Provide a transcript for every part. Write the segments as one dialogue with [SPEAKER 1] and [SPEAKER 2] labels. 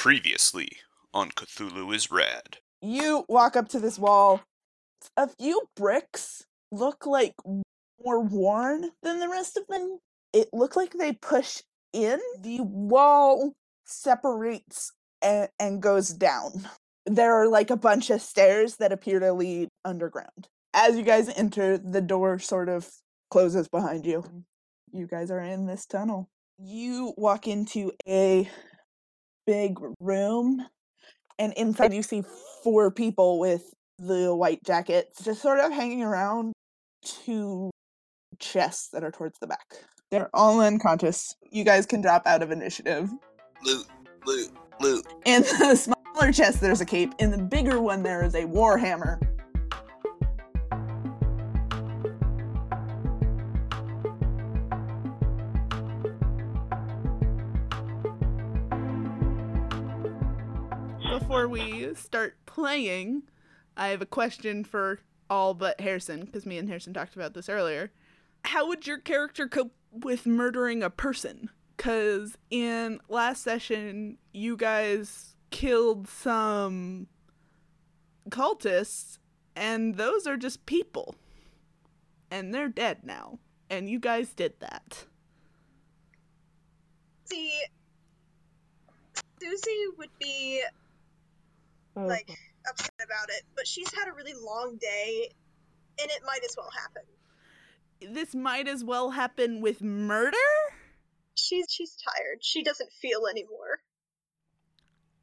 [SPEAKER 1] Previously on Cthulhu is Rad.
[SPEAKER 2] you walk up to this wall. A few bricks look like more worn than the rest of them. It looked like they push in. The wall separates and, and goes down. There are like a bunch of stairs that appear to lead underground. As you guys enter, the door sort of closes behind you. You guys are in this tunnel. You walk into a big room and inside you see four people with the white jackets just sort of hanging around two chests that are towards the back. They're all unconscious. You guys can drop out of initiative.
[SPEAKER 1] Loot, loot, loot.
[SPEAKER 2] In the smaller chest, there's a cape. In the bigger one, there is a war hammer.
[SPEAKER 3] before we start playing, I have a question for all but Harrison, because me and Harrison talked about this earlier. How would your character cope with murdering a person? Because in last session, you guys killed some cultists, and those are just people. And they're dead now. And you guys did that.
[SPEAKER 4] See, Susie would be
[SPEAKER 3] Oh,
[SPEAKER 4] like upset about it, but she's had a really long day, and it might as well happen.
[SPEAKER 3] This might as well happen with murder?
[SPEAKER 4] She's she's tired. She doesn't feel anymore.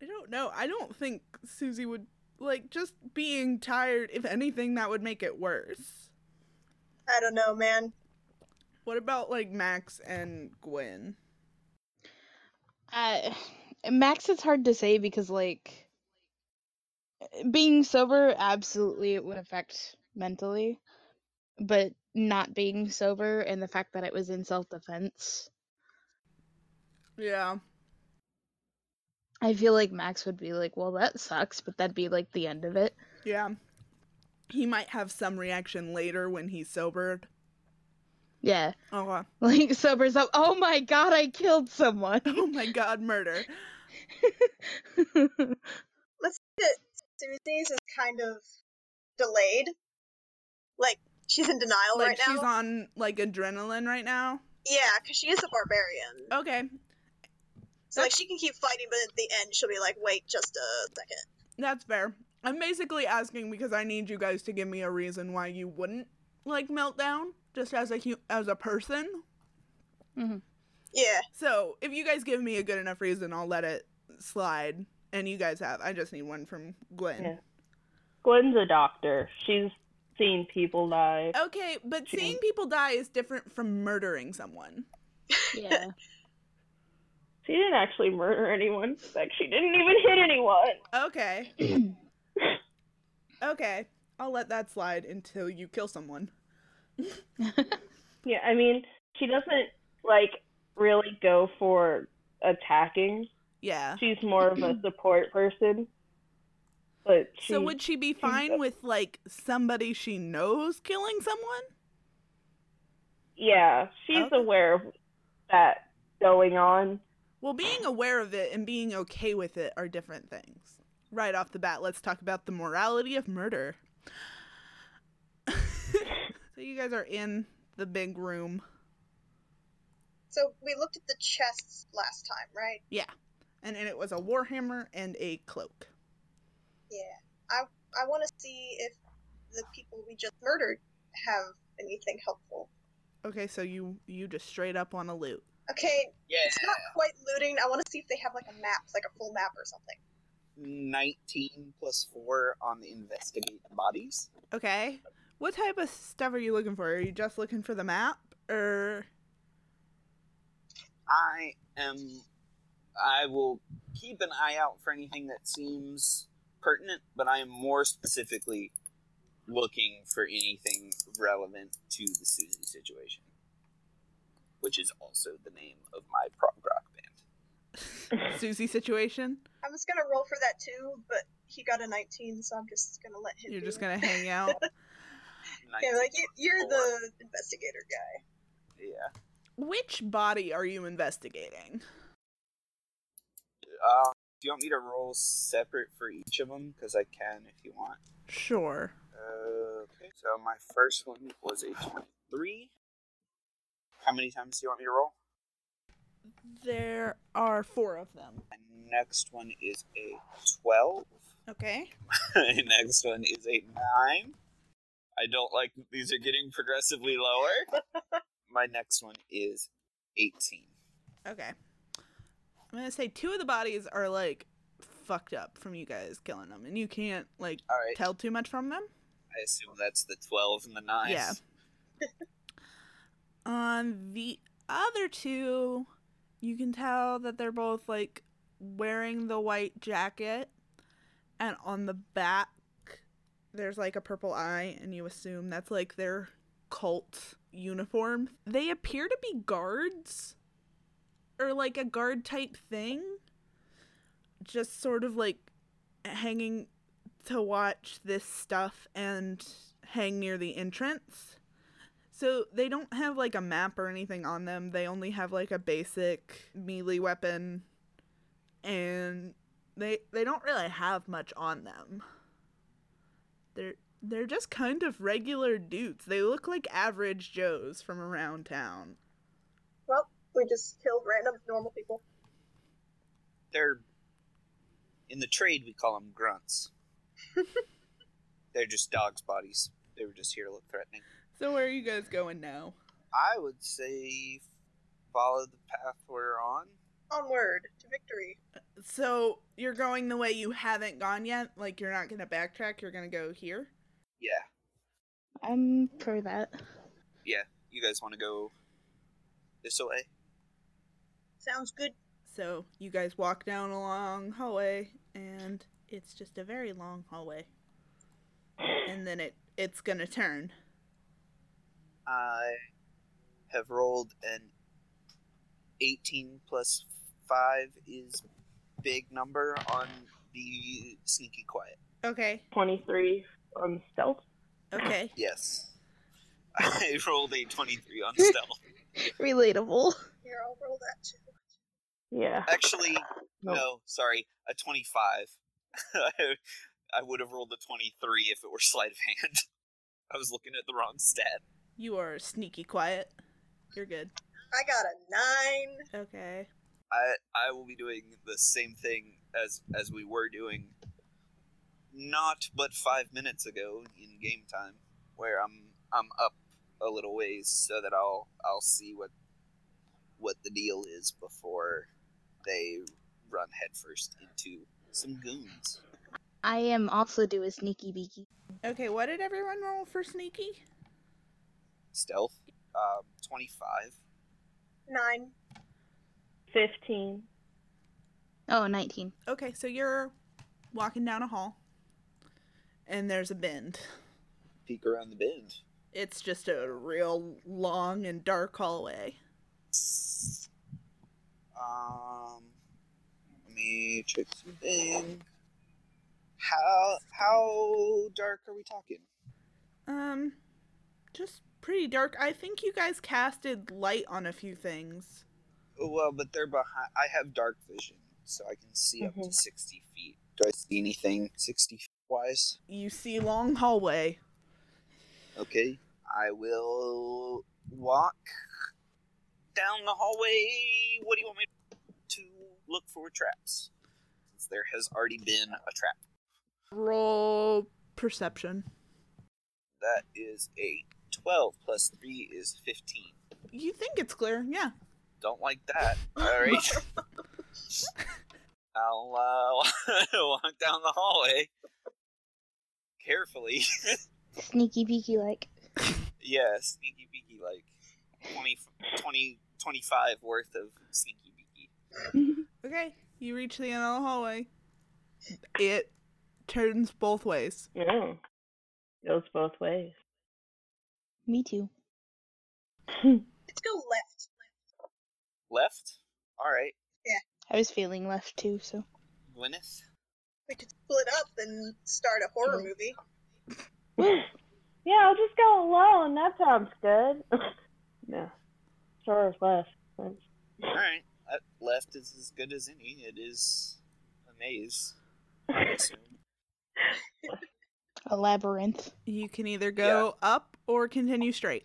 [SPEAKER 3] I don't know. I don't think Susie would like just being tired. If anything, that would make it worse.
[SPEAKER 4] I don't know, man.
[SPEAKER 3] What about like Max and Gwen?
[SPEAKER 5] Uh, Max, it's hard to say because like being sober, absolutely, it would affect mentally, but not being sober and the fact that it was in self defense,
[SPEAKER 3] Yeah,
[SPEAKER 5] I feel like Max would be like, "Well, that sucks," but that'd be like the end of it.
[SPEAKER 3] yeah. He might have some reaction later when he's sobered.
[SPEAKER 5] Yeah,
[SPEAKER 3] Oh,
[SPEAKER 5] like sober's up. Oh my god, I killed someone.
[SPEAKER 3] oh my God, murder!
[SPEAKER 4] Let's say that Susie's is kind of delayed. Like she's in denial
[SPEAKER 3] Like
[SPEAKER 4] Oh, right
[SPEAKER 3] she's
[SPEAKER 4] now.
[SPEAKER 3] on like adrenaline right now.
[SPEAKER 4] Yeah, because she is a barbarian.
[SPEAKER 3] Okay,
[SPEAKER 4] so like she can keep fighting, but at the end she'll be like, "Wait, just a second.
[SPEAKER 3] that's fair. I'm basically asking because I need you guys to give me a reason why you wouldn't like meltdown just as a hu- as a person.
[SPEAKER 4] Yeah,
[SPEAKER 3] So if you guys give me a good enough reason, I'll let it slide. And you guys have. I just need one from Gwen.
[SPEAKER 6] Gwen's a doctor. She's seen people die.
[SPEAKER 3] Okay, but
[SPEAKER 6] Sure.
[SPEAKER 3] seeing people die is different from murdering someone.
[SPEAKER 5] yeah,
[SPEAKER 6] She didn't actually murder anyone. Like she didn't even hit anyone.
[SPEAKER 3] Okay. okay. I'll let that slide until you kill someone.
[SPEAKER 6] Yeah, I mean, she doesn't like really go for attacking.
[SPEAKER 3] Yeah.
[SPEAKER 6] She's more of a support person. But she,
[SPEAKER 3] so would she be fine
[SPEAKER 6] up.
[SPEAKER 3] with like somebody she knows killing someone?
[SPEAKER 6] yeah, she's
[SPEAKER 3] Okay.
[SPEAKER 6] aware of that going on.
[SPEAKER 3] Well, being aware of it and being okay with it are different things. Right off the bat, let's talk about the morality of murder. so you guys are in the big room,
[SPEAKER 4] so we looked at the chests last time, right?
[SPEAKER 3] and, and it was a warhammer and a cloak.
[SPEAKER 4] Yeah. I I want to see if the people we just murdered have anything helpful.
[SPEAKER 3] Okay, so you you just straight up want to loot.
[SPEAKER 4] Okay,
[SPEAKER 7] Yeah,
[SPEAKER 4] it's not quite looting. I want to see if they have like a map, like a full map or something.
[SPEAKER 7] 19 plus 4 on the investigate bodies.
[SPEAKER 3] Okay, what type of stuff are you looking for? Are you just looking for the map, or
[SPEAKER 7] I am. I will keep an eye out for anything that seems pertinent, but I am more specifically looking for anything relevant to the Susie situation, which is also the name of my prog rock band.
[SPEAKER 3] Susie situation?
[SPEAKER 4] I was gonna roll for that too, but he got a 19, so I'm just gonna let him.
[SPEAKER 3] You're
[SPEAKER 4] do
[SPEAKER 3] just
[SPEAKER 4] it.
[SPEAKER 3] gonna hang out.
[SPEAKER 4] Yeah,
[SPEAKER 7] 19.
[SPEAKER 4] like you, you're the investigator guy.
[SPEAKER 7] yeah.
[SPEAKER 3] Which body are you investigating?
[SPEAKER 7] Um, Do you want me to roll separate for each of them? Because I can if you want.
[SPEAKER 3] Sure.
[SPEAKER 7] Uh, okay. So my first one was a 23. How many times do you want me to roll?
[SPEAKER 3] There are four of them.
[SPEAKER 7] My next one is a 12.
[SPEAKER 3] Okay.
[SPEAKER 7] My next one is a 9. I don't like that these are getting progressively lower. my next one is 18.
[SPEAKER 3] Okay. I'm gonna say two of the bodies are like fucked up from you guys killing them, and you can't like
[SPEAKER 7] All right.
[SPEAKER 3] tell too much from them.
[SPEAKER 7] I assume that's the 12 and the 9.
[SPEAKER 3] Yeah. On the other two, you can tell that they're both like wearing the white jacket, and on the back, there's like a purple eye, and you assume that's like their cult uniform. They appear to be guards or like a guard type thing, just sort of like hanging to watch this stuff and hang near the entrance. So they don't have like a map or anything on them. They only have like a basic melee weapon and they they don't really have much on them. They're they're just kind of regular dudes. They look like average joes from around town.
[SPEAKER 4] Well, we just killed random normal people.
[SPEAKER 7] They're. In the trade, we call them grunts. They're just dogs' bodies. They were just here to look threatening.
[SPEAKER 3] So where are you guys going now?
[SPEAKER 7] I would say follow the path we're on.
[SPEAKER 4] Onward to victory.
[SPEAKER 3] So you're going the way you haven't gone yet? Like you're not going to backtrack, you're going to go here?
[SPEAKER 7] Yeah.
[SPEAKER 5] I'm for that.
[SPEAKER 7] You guys want to go this way?
[SPEAKER 4] Sounds good.
[SPEAKER 3] So you guys walk down a long hallway, and it's just a very long hallway. And then it it's gonna turn.
[SPEAKER 7] I have rolled an 18 plus 5 is big number on the sneaky quiet.
[SPEAKER 3] Okay.
[SPEAKER 6] 23 on stealth.
[SPEAKER 3] Okay.
[SPEAKER 7] Yes. I rolled a 23 on stealth.
[SPEAKER 5] Relatable.
[SPEAKER 4] Here, I'll roll that too.
[SPEAKER 6] Yeah.
[SPEAKER 7] Actually,
[SPEAKER 6] No.
[SPEAKER 7] no, sorry, a 25. I, I would have rolled a 23 if it were sleight of hand. I was looking at the wrong stat.
[SPEAKER 3] You are sneaky quiet. You're good.
[SPEAKER 4] I got a nine.
[SPEAKER 3] Okay.
[SPEAKER 7] I I will be doing the same thing as as we were doing not but five minutes ago in game time, where I'm I'm up a little ways so that I'll I'll see what what the deal is before they run headfirst into some goons.
[SPEAKER 5] I am also do a sneaky beaky.
[SPEAKER 3] Okay, what did everyone roll for sneaky?
[SPEAKER 7] Stealth, um, twenty five.
[SPEAKER 4] Nine.
[SPEAKER 6] 15.
[SPEAKER 5] Oh, 19.
[SPEAKER 3] Okay, so you're walking down a hall and there's a bend.
[SPEAKER 7] Peek around the bend.
[SPEAKER 3] It's just a real long and dark hallway.
[SPEAKER 7] Um, let me check something. How how dark are we talking?
[SPEAKER 3] Um, just pretty dark. I think you guys casted light on a few things.
[SPEAKER 7] Well, but they're behind. I have dark vision, so I can see up to
[SPEAKER 6] Mhm.
[SPEAKER 7] sixty feet. Do I see anything sixty feet wise?
[SPEAKER 3] You see long hallway.
[SPEAKER 7] Okay, I will walk down the hallway. What do you want me to look for traps? Since there has already been a trap.
[SPEAKER 3] Roll perception.
[SPEAKER 7] That is a twelve plus three is fifteen.
[SPEAKER 3] You think it's clear? Yeah.
[SPEAKER 7] Don't like that. All right. I'll uh, walk down the hallway carefully.
[SPEAKER 5] Sneaky beaky like.
[SPEAKER 7] yeah, sneaky beaky, like 20, 20, 25 worth of sneaky beaky.
[SPEAKER 3] Okay. You reach the end of the hallway. It turns both ways.
[SPEAKER 6] Yeah. Goes both ways.
[SPEAKER 5] Me too.
[SPEAKER 4] Let's go left.
[SPEAKER 7] Left. All right,
[SPEAKER 5] I was feeling left too, so.
[SPEAKER 7] Gwyneth.
[SPEAKER 4] We could split up and start a horror
[SPEAKER 5] Mhm.
[SPEAKER 3] Mm-hmm.
[SPEAKER 4] movie.
[SPEAKER 6] Yeah, I'll just go alone. That sounds good. no. Sure, left.
[SPEAKER 7] Uh, All right, that left is as good as any. It is an maze. I assume.
[SPEAKER 5] A labyrinth.
[SPEAKER 3] You can either go up or continue straight.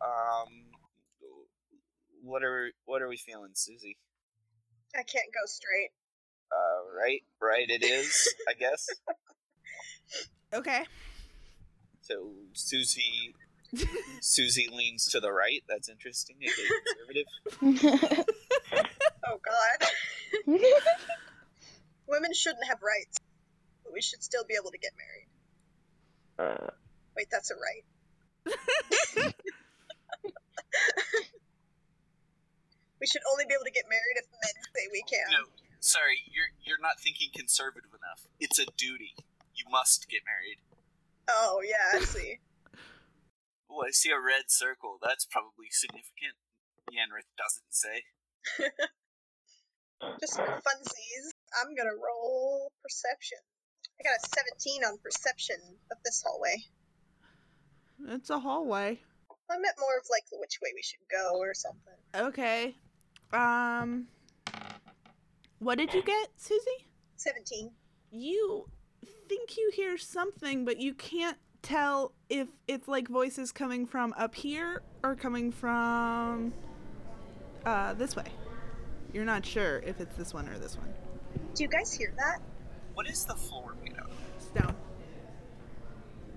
[SPEAKER 7] um, what are what are we feeling, Susie?
[SPEAKER 4] I can't go straight.
[SPEAKER 7] Uh, right, right. It is, I guess.
[SPEAKER 3] Okay.
[SPEAKER 7] So Susie, Susie leans to the right. That's interesting. It is conservative.
[SPEAKER 4] Oh god. Women shouldn't have rights, but we should still be able to get married.
[SPEAKER 6] Uh,
[SPEAKER 4] Wait, that's a right. we should only be able to get married if men say we can.
[SPEAKER 7] No, sorry, you're you're not thinking conservative enough. It's a duty. You must get married.
[SPEAKER 4] Oh yeah, I see.
[SPEAKER 7] Oh, I see a red circle. That's probably significant. Yanrith doesn't say.
[SPEAKER 4] Just for funsies, I'm gonna roll perception. I got a 17 on perception of this hallway.
[SPEAKER 3] It's a hallway.
[SPEAKER 4] I meant more of like which way we should go or something.
[SPEAKER 3] Okay. Um What did you get, Susie?
[SPEAKER 4] 17.
[SPEAKER 3] You think you hear something, but you can't tell if it's like voices coming from up here or coming from uh this way. You're not sure if it's this one or this one.
[SPEAKER 4] Do you guys hear that?
[SPEAKER 7] What is the floor made of?
[SPEAKER 3] It's down.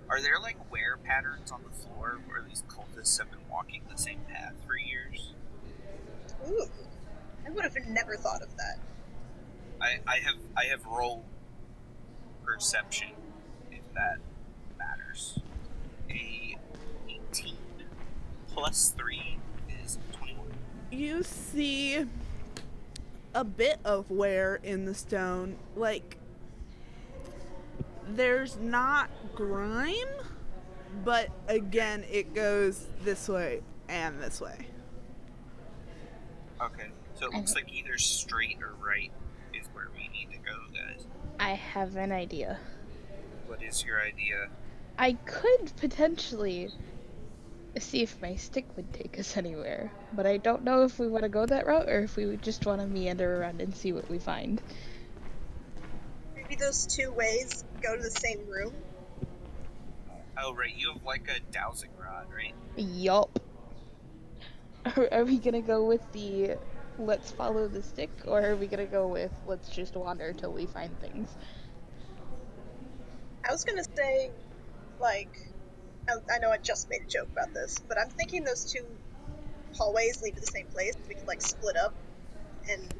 [SPEAKER 7] Are there like wear patterns on the floor where these cultists have been walking the same path for years?
[SPEAKER 4] Ooh. I would have never thought of that.
[SPEAKER 7] I, I have I have rolled perception, if that matters. A eighteen plus three is twenty-one.
[SPEAKER 3] you see a bit of wear in the stone. Like, there's not grime, but again, it goes this way and this way.
[SPEAKER 7] Okay. So it looks like either straight or right is where we need to go, guys.
[SPEAKER 5] I have an idea.
[SPEAKER 7] What is your idea?
[SPEAKER 5] I could potentially see if my stick would take us anywhere, but I don't know if we want to go that route or if we would just want to meander around and see what we find.
[SPEAKER 4] Maybe those two ways go to the same room.
[SPEAKER 7] Oh right, you have like a dowsing rod, right?
[SPEAKER 5] Yup. Are, are we gonna go with the let's follow the stick, or are we gonna go with let's just wander till we find things?
[SPEAKER 4] I was gonna say, like, I, I know I just made a joke about this, but I'm thinking those two hallways lead to the same place. We could like split up and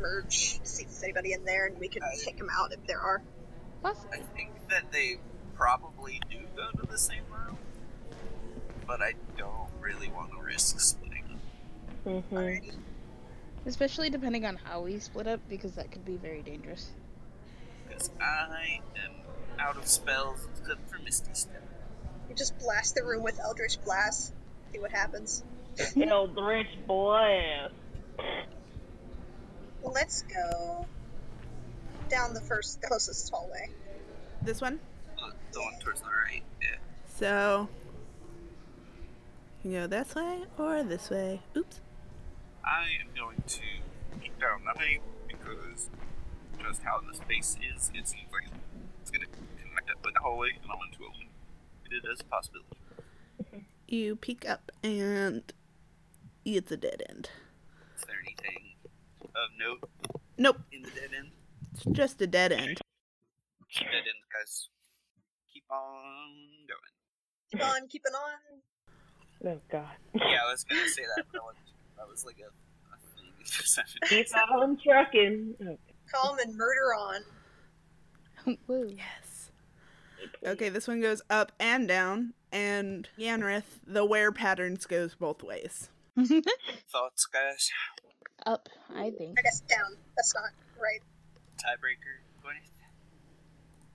[SPEAKER 4] merge, see if there's anybody in there, and we can
[SPEAKER 7] Uh,
[SPEAKER 4] take them out if there are.
[SPEAKER 5] Possibly.
[SPEAKER 7] I think that they probably do go to the same room, but I don't really want to risk splitting up.
[SPEAKER 6] hmm
[SPEAKER 4] Alrighty.
[SPEAKER 5] Especially depending on how we split up, because that could be very dangerous.
[SPEAKER 7] Because I am out of spells except for Misty Step.
[SPEAKER 4] We just blast the room with Eldritch Blast, see what happens.
[SPEAKER 6] Eldritch Blast.
[SPEAKER 4] Let's go down the first closest hallway.
[SPEAKER 3] This one?
[SPEAKER 7] Uh, The one towards the right. Yeah.
[SPEAKER 3] So, you can go this way or this way. Oops.
[SPEAKER 7] I am going to keep down that way because just how the space is, it seems like it's going to connect up with the hallway and I want to open it as a possibility.
[SPEAKER 3] You peek up and it's a dead end.
[SPEAKER 7] Is there anything of note
[SPEAKER 3] Nope,
[SPEAKER 7] in the dead end?
[SPEAKER 3] it's just a dead end.
[SPEAKER 7] Keep that in, guys. Keep on going.
[SPEAKER 4] Keep on, keeping on.
[SPEAKER 6] Oh god.
[SPEAKER 7] Yeah, I was gonna say that, but I wasn't sure. that was like a, a thing in perception.
[SPEAKER 6] Keep on trucking. Oh,
[SPEAKER 4] Calm and murder on.
[SPEAKER 5] Woo.
[SPEAKER 3] Yes. Okay, this one goes up and down, and Yanrith, the wear patterns goes both ways.
[SPEAKER 7] Thoughts, guys?
[SPEAKER 5] Up, I think.
[SPEAKER 4] I guess down. That's not right.
[SPEAKER 7] Tiebreaker, Gwyneth?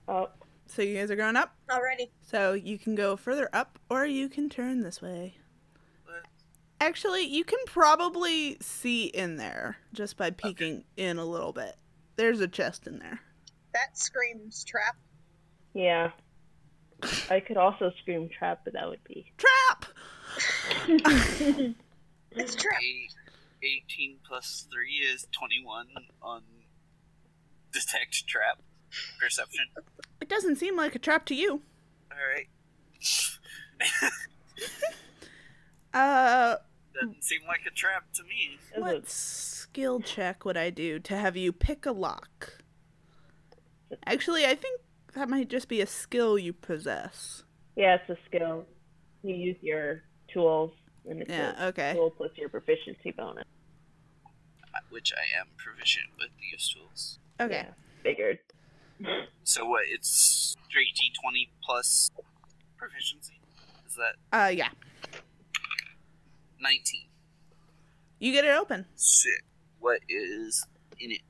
[SPEAKER 3] Oh.
[SPEAKER 6] Up.
[SPEAKER 3] So you guys are going up,
[SPEAKER 4] Alrighty.
[SPEAKER 3] so you can go further up, or you can turn this way.
[SPEAKER 7] What?
[SPEAKER 3] Actually, you can probably see in there just by peeking in a little bit. There's a chest in there.
[SPEAKER 4] That screams trap.
[SPEAKER 6] Yeah. I could also scream trap, but that would be.
[SPEAKER 3] Trap!
[SPEAKER 4] It's trap.
[SPEAKER 7] Eight, 18 plus 3 is 21 on detect trap. Perception.
[SPEAKER 3] It doesn't seem like a trap to you.
[SPEAKER 7] All right.
[SPEAKER 3] Uh,
[SPEAKER 7] Doesn't seem like a trap to me.
[SPEAKER 6] Is
[SPEAKER 3] what
[SPEAKER 6] it
[SPEAKER 3] skill check would I do to have you pick a lock? Actually, I think that might just be a skill you possess.
[SPEAKER 6] yeah, it's a skill. You use your tools, and it's
[SPEAKER 3] Yeah,
[SPEAKER 6] a
[SPEAKER 3] okay.
[SPEAKER 6] tool plus your proficiency bonus.
[SPEAKER 7] Which I am proficient with these tools.
[SPEAKER 3] Okay.
[SPEAKER 6] Yeah, figured.
[SPEAKER 7] So what? It's straight d20 plus proficiency. Is that
[SPEAKER 3] Uh, yeah.
[SPEAKER 7] 19?
[SPEAKER 3] You get it open.
[SPEAKER 7] Sick. What is in it?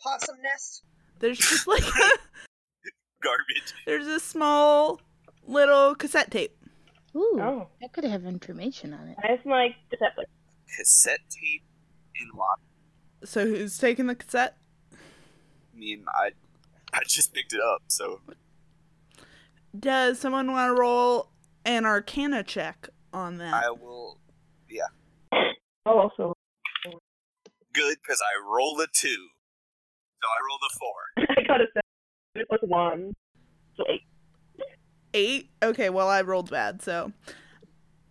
[SPEAKER 4] Possum nest.
[SPEAKER 3] There's just like
[SPEAKER 7] Garbage.
[SPEAKER 3] there's a small little cassette tape.
[SPEAKER 5] Ooh,
[SPEAKER 6] Oh,
[SPEAKER 5] I could have information on it.
[SPEAKER 6] I have my cassette player.
[SPEAKER 7] Cassette tape and lock.
[SPEAKER 3] So who's taking the cassette?
[SPEAKER 7] I mean, I I just picked it up, so
[SPEAKER 3] Does someone want to roll an Arcana check on that?
[SPEAKER 7] I will.
[SPEAKER 6] Oh, also,
[SPEAKER 7] Good, because I rolled a two. So I rolled a four.
[SPEAKER 6] I got a seven. It was one. So eight.
[SPEAKER 3] Eight. Okay. Well, I rolled bad, so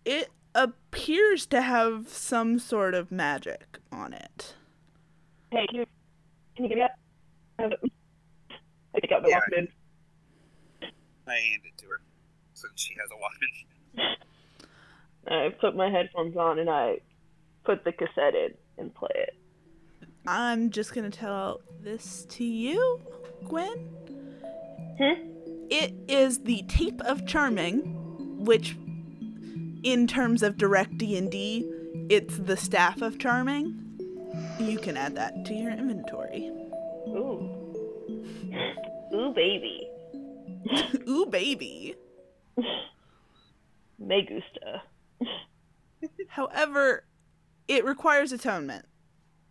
[SPEAKER 3] it appears to have some sort of magic on it.
[SPEAKER 6] Hey, can you, can you give me that? I have it. I think I have the
[SPEAKER 7] Yeah.
[SPEAKER 6] Walkman.
[SPEAKER 7] I hand it to her since she has a Walkman.
[SPEAKER 6] I put my headphones on and I put the cassette in and play it.
[SPEAKER 3] I'm just gonna tell this to you, Gwen.
[SPEAKER 6] Hmm?
[SPEAKER 3] It is the tape of charming, which, in terms of direct D and D, it's the staff of charming. You can add that to your inventory.
[SPEAKER 6] Ooh. Ooh, baby.
[SPEAKER 3] Ooh, baby.
[SPEAKER 6] Me gusta.
[SPEAKER 3] However, it requires atonement,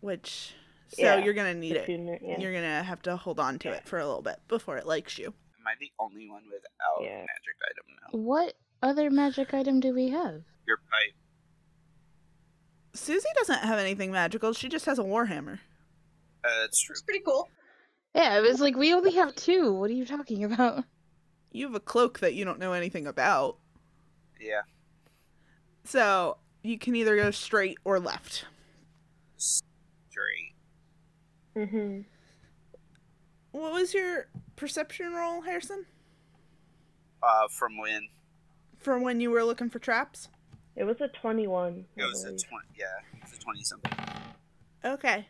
[SPEAKER 3] which so
[SPEAKER 6] Yeah,
[SPEAKER 3] you're gonna need it.
[SPEAKER 6] Sooner- yeah.
[SPEAKER 3] You're gonna have to hold on to
[SPEAKER 6] Yeah.
[SPEAKER 3] it for a little bit before it likes you.
[SPEAKER 7] Am I the only one without
[SPEAKER 6] Yeah.
[SPEAKER 7] a magic item now?
[SPEAKER 5] What other magic item do we have?
[SPEAKER 7] Your pipe.
[SPEAKER 3] Susie doesn't have anything magical. She just has a warhammer.
[SPEAKER 7] Uh, that's true.
[SPEAKER 4] It's pretty cool.
[SPEAKER 5] Yeah, it was like we only have two. What are you talking about?
[SPEAKER 3] You have a cloak that you don't know anything about.
[SPEAKER 7] Yeah.
[SPEAKER 3] So you can either go straight or left.
[SPEAKER 7] Straight.
[SPEAKER 6] Mm-hmm.
[SPEAKER 3] What was your perception roll, Harrison?
[SPEAKER 7] Uh, from when?
[SPEAKER 3] From when you were looking for traps?
[SPEAKER 6] It was a 21.
[SPEAKER 7] It
[SPEAKER 6] I
[SPEAKER 7] was a
[SPEAKER 6] believe.
[SPEAKER 7] 20. Yeah, it was a 20 something.
[SPEAKER 3] Okay.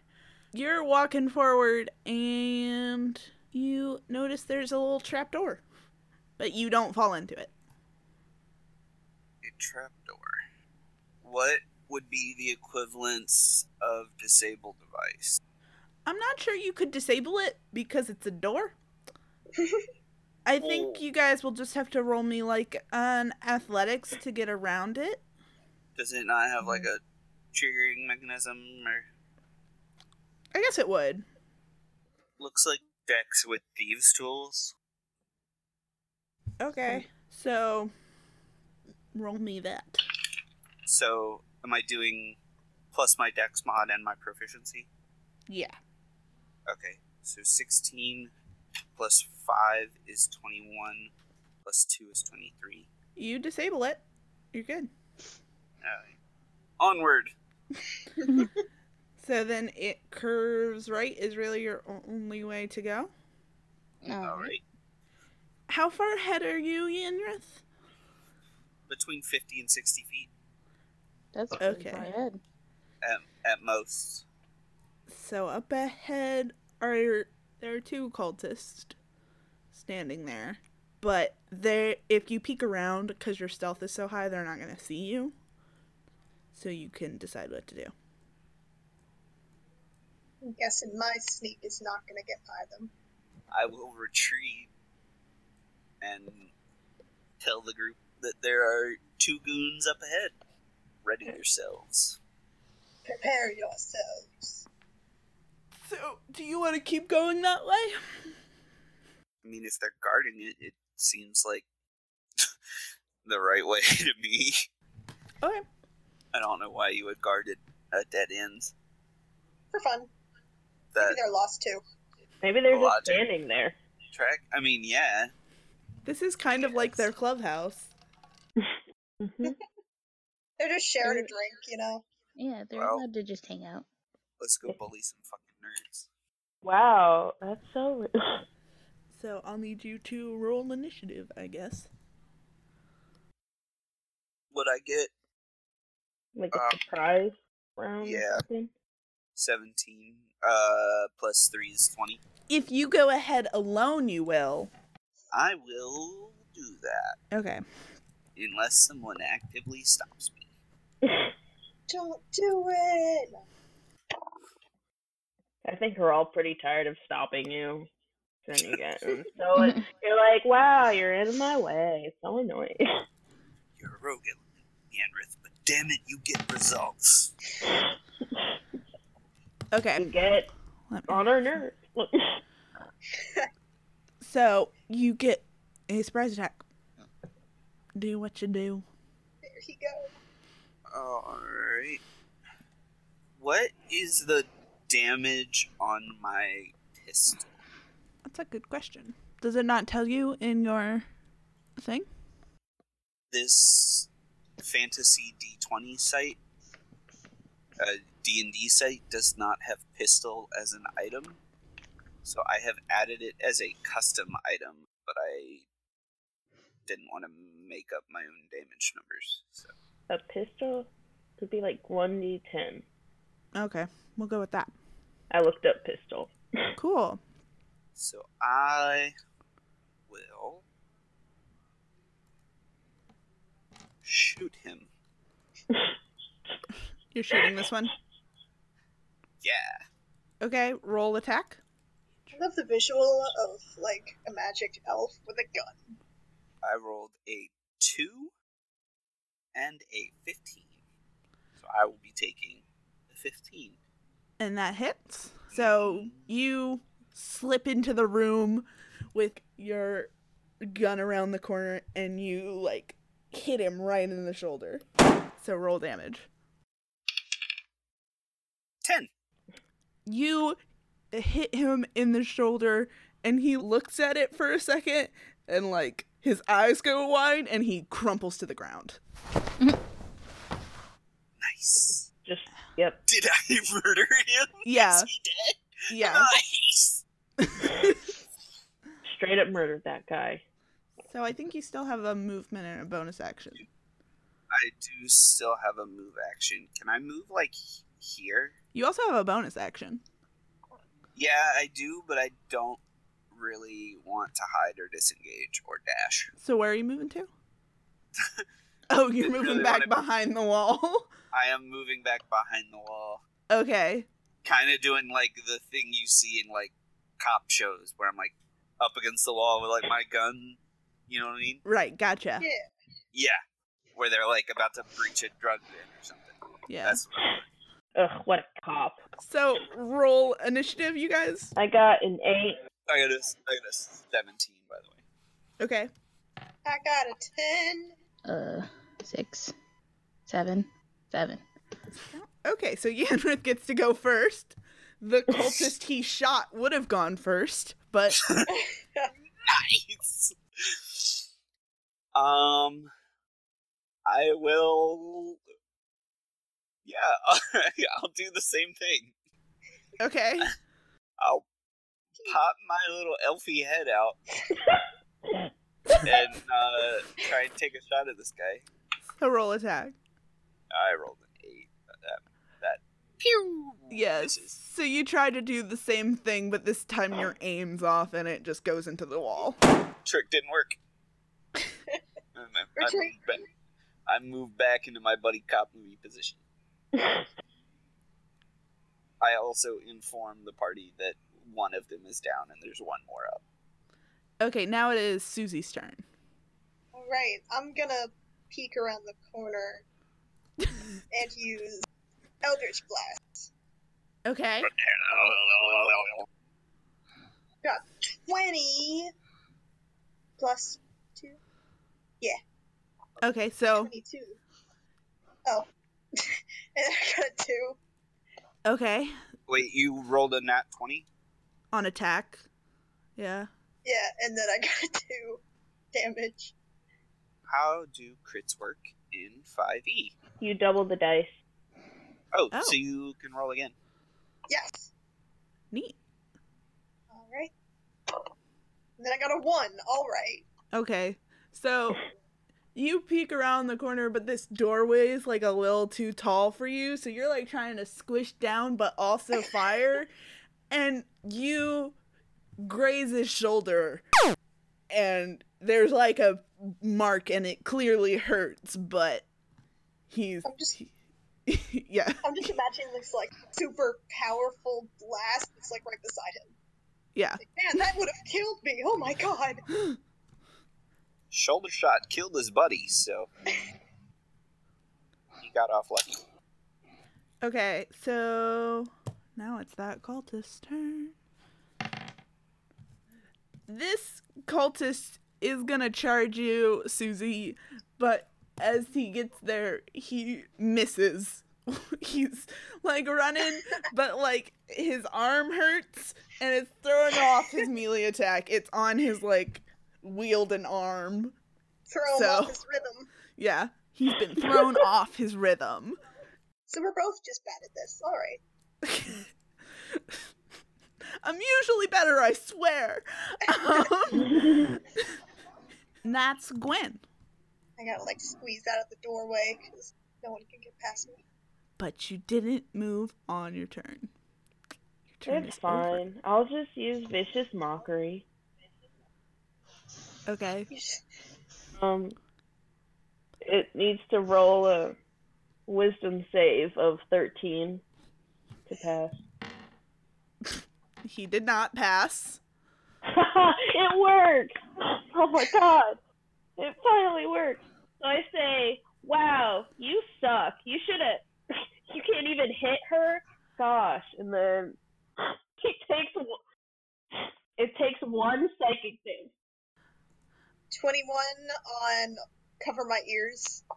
[SPEAKER 3] You're walking forward and you notice there's a little trapdoor, but you don't fall into it.
[SPEAKER 7] A trapdoor. What would be the equivalence of disabled device?
[SPEAKER 3] I'm not sure you could disable it because it's a door. I think you guys will just have to roll me like an athletics to get around it.
[SPEAKER 7] Does it not have like a triggering mechanism or
[SPEAKER 3] I guess it would.
[SPEAKER 7] looks like decks with thieves tools?
[SPEAKER 3] Okay. So roll me that.
[SPEAKER 7] So am I doing plus my dex mod and my proficiency?
[SPEAKER 3] Yeah.
[SPEAKER 7] Okay, so 16 plus 5 is 21, plus 2 is 23.
[SPEAKER 3] You disable it. You're good.
[SPEAKER 7] Alright. Onward!
[SPEAKER 3] So then it curves right is really your o- only way to go. Oh,
[SPEAKER 5] Alright.
[SPEAKER 7] Alright.
[SPEAKER 3] How far ahead are you, Yanrith?
[SPEAKER 7] Between 50 and 60 feet
[SPEAKER 5] That's really
[SPEAKER 3] Okay.
[SPEAKER 5] far ahead.
[SPEAKER 7] at, at most.
[SPEAKER 3] So up ahead are there are two cultists standing there, but they if you peek around because your stealth is so high, they're not gonna see you. So you can decide what to do.
[SPEAKER 4] I'm guessing my sneak is not gonna get by them.
[SPEAKER 7] I will retreat and tell the group that there are two goons up ahead. Ready yourselves.
[SPEAKER 4] Prepare yourselves.
[SPEAKER 3] So do you want to keep going that way?
[SPEAKER 7] I mean, if they're guarding it, it seems like the right way to me.
[SPEAKER 3] Okay.
[SPEAKER 7] I don't know why you would guard it at dead ends.
[SPEAKER 4] For fun.
[SPEAKER 7] That
[SPEAKER 4] Maybe they're lost too.
[SPEAKER 6] Maybe they're
[SPEAKER 7] Well, I
[SPEAKER 6] just
[SPEAKER 7] do.
[SPEAKER 6] standing there.
[SPEAKER 7] Track. I mean, yeah.
[SPEAKER 3] This is kind of like their clubhouse.
[SPEAKER 6] Mhm.
[SPEAKER 4] They're just sharing a
[SPEAKER 5] Mm.
[SPEAKER 4] drink, you know?
[SPEAKER 5] Yeah, they're
[SPEAKER 7] Well.
[SPEAKER 5] allowed to just hang out.
[SPEAKER 7] Let's go bully some fucking nerds.
[SPEAKER 6] Wow, that's so. Rude.
[SPEAKER 3] So I'll need you to roll initiative, I guess.
[SPEAKER 7] Would I get
[SPEAKER 6] like a
[SPEAKER 7] Um,
[SPEAKER 6] surprise round. or
[SPEAKER 7] yeah.
[SPEAKER 6] something?
[SPEAKER 7] seventeen? Uh, plus three is twenty.
[SPEAKER 3] If you go ahead alone, you will.
[SPEAKER 7] I will do that
[SPEAKER 3] Okay.
[SPEAKER 7] unless someone actively stops me.
[SPEAKER 4] Don't do it!
[SPEAKER 6] I think we're all pretty tired of stopping you. Then you get and so it, you're like, wow, you're in my way. It's so annoying.
[SPEAKER 7] You're a rogue element, Yanrith, but damn it, you get results.
[SPEAKER 6] You
[SPEAKER 3] Okay.
[SPEAKER 6] get
[SPEAKER 3] Let me-
[SPEAKER 6] on our nerves. Look,
[SPEAKER 3] So you get a surprise attack. Do what you do.
[SPEAKER 4] There you go.
[SPEAKER 7] All right. What is the damage on my pistol?
[SPEAKER 3] That's a good question. Does it not tell you in your thing?
[SPEAKER 7] This fantasy D20 site, uh, D&D site, does not have pistol as an item, so I have added it as a custom item, but I didn't want to make up my own damage numbers. So
[SPEAKER 6] a pistol could be like one d ten.
[SPEAKER 3] Okay, we'll go with that.
[SPEAKER 6] I looked up pistol.
[SPEAKER 3] Cool.
[SPEAKER 7] So I will shoot him.
[SPEAKER 3] You're shooting this one.
[SPEAKER 7] Yeah.
[SPEAKER 3] Okay, roll attack.
[SPEAKER 4] I love the visual of, like, a magic elf with a gun.
[SPEAKER 7] I rolled a 2 and a 15. So I will be taking the 15.
[SPEAKER 3] and that hits. So you slip into the room with your gun around the corner and you like hit him right in the shoulder. So roll damage.
[SPEAKER 7] 10.
[SPEAKER 3] You hit him in the shoulder and he looks at it for a second and like his eyes go wide and he crumples to the ground.
[SPEAKER 7] Nice.
[SPEAKER 6] Just yep.
[SPEAKER 7] Did I murder him?
[SPEAKER 3] Yeah.
[SPEAKER 7] Is he dead?
[SPEAKER 3] Yeah.
[SPEAKER 7] Nice.
[SPEAKER 6] Straight up murdered that guy.
[SPEAKER 3] So I think you still have a movement and a bonus action.
[SPEAKER 7] I do still have a move action. Can I move like he- here?
[SPEAKER 3] You also have a bonus action.
[SPEAKER 7] Yeah, I do, but I don't really want to hide or disengage or dash.
[SPEAKER 3] So where are you moving to? oh, you're
[SPEAKER 7] Didn't
[SPEAKER 3] moving
[SPEAKER 7] really
[SPEAKER 3] back
[SPEAKER 7] wanna-
[SPEAKER 3] behind the wall.
[SPEAKER 7] I am moving back behind the wall,
[SPEAKER 3] okay.
[SPEAKER 7] kind of doing like the thing you see in like cop shows where I'm like up against the wall with like my gun. You know what I mean?
[SPEAKER 3] Right, gotcha.
[SPEAKER 4] Yeah.
[SPEAKER 7] Yeah, where they're like about to breach a drug bin or something.
[SPEAKER 3] Yeah.
[SPEAKER 7] That's what I'm doing.
[SPEAKER 6] Ugh, what a cop.
[SPEAKER 3] So roll initiative, you guys.
[SPEAKER 6] I got an eight.
[SPEAKER 7] I got a, I got a seventeen by the way.
[SPEAKER 3] Okay.
[SPEAKER 4] I got a 10.
[SPEAKER 5] Uh, six, seven, seven.
[SPEAKER 3] Okay, so Yanrith gets to go first. The cultist he shot would have gone first, but
[SPEAKER 7] Nice. Um, I will. Yeah, I'll do the same thing.
[SPEAKER 3] okay.
[SPEAKER 7] I'll pop my little elfie head out and uh, try and take a shot at this guy.
[SPEAKER 3] So roll attack.
[SPEAKER 7] I rolled an eight. but That, that pew.
[SPEAKER 3] Yes.
[SPEAKER 7] misses.
[SPEAKER 3] So you try to do the same thing, but this time your aim's off and it just goes into the wall.
[SPEAKER 7] trick didn't work. And I, I
[SPEAKER 4] Retreat.
[SPEAKER 7] moved back, I moved back into my buddy cop movie position. I also inform the party that one of them is down and there's one more up.
[SPEAKER 3] Okay, now it is Susie's turn.
[SPEAKER 4] All right, I'm gonna peek around the corner and use Eldritch Blast.
[SPEAKER 3] Okay.
[SPEAKER 4] Twenty plus two,
[SPEAKER 3] Okay, so
[SPEAKER 4] twenty-two. Oh, and I got a two.
[SPEAKER 3] okay.
[SPEAKER 7] Wait, you rolled a nat 20?
[SPEAKER 3] on attack. Yeah.
[SPEAKER 4] Yeah, and then I got two damage.
[SPEAKER 7] How do crits work in 5e?
[SPEAKER 6] You double the dice.
[SPEAKER 7] Oh,
[SPEAKER 3] Oh.
[SPEAKER 7] so you can roll again.
[SPEAKER 4] Yes.
[SPEAKER 3] Neat.
[SPEAKER 4] All right. And then I got a one. All right.
[SPEAKER 3] Okay. So you peek around the corner, but this doorway is like a little too tall for you. So you're like trying to squish down, but also fire. and you graze his shoulder. And there's like a mark, and it clearly hurts, but he's.
[SPEAKER 4] I'm just-
[SPEAKER 3] yeah.
[SPEAKER 4] I'm just imagining this like super powerful blast that's like right beside him.
[SPEAKER 3] Yeah.
[SPEAKER 4] Like, man, that would have killed me. Oh my god.
[SPEAKER 7] Shoulder shot killed his buddy, so he got off lucky.
[SPEAKER 3] Okay, so now it's that cultist's turn. This cultist is gonna charge you, Susie, but as he gets there, he misses. He's like running, but like his arm hurts and it's throwing off his melee attack. It's on his like wield and arm.
[SPEAKER 4] Throw him
[SPEAKER 3] So-
[SPEAKER 4] off his rhythm.
[SPEAKER 3] Yeah, he's been thrown off his rhythm.
[SPEAKER 4] So we're both just bad at this. All right.
[SPEAKER 3] I'm usually better, I swear. Um, and that's Gwen,
[SPEAKER 4] I gotta like squeeze out of the doorway because no one can get past me.
[SPEAKER 3] but you didn't move on your turn. Your turn
[SPEAKER 6] It's
[SPEAKER 3] is over.
[SPEAKER 6] fine. I'll just use vicious mockery.
[SPEAKER 3] Okay.
[SPEAKER 4] You just-
[SPEAKER 6] Um, it needs to roll a wisdom save of thirteen to pass.
[SPEAKER 3] He did not pass.
[SPEAKER 6] it worked! Oh my god. It finally worked. So I say, wow, you suck. You should have. You can't even hit her? Gosh. And then he takes. one- It takes one psychic damage.
[SPEAKER 4] 21 on cover my ears.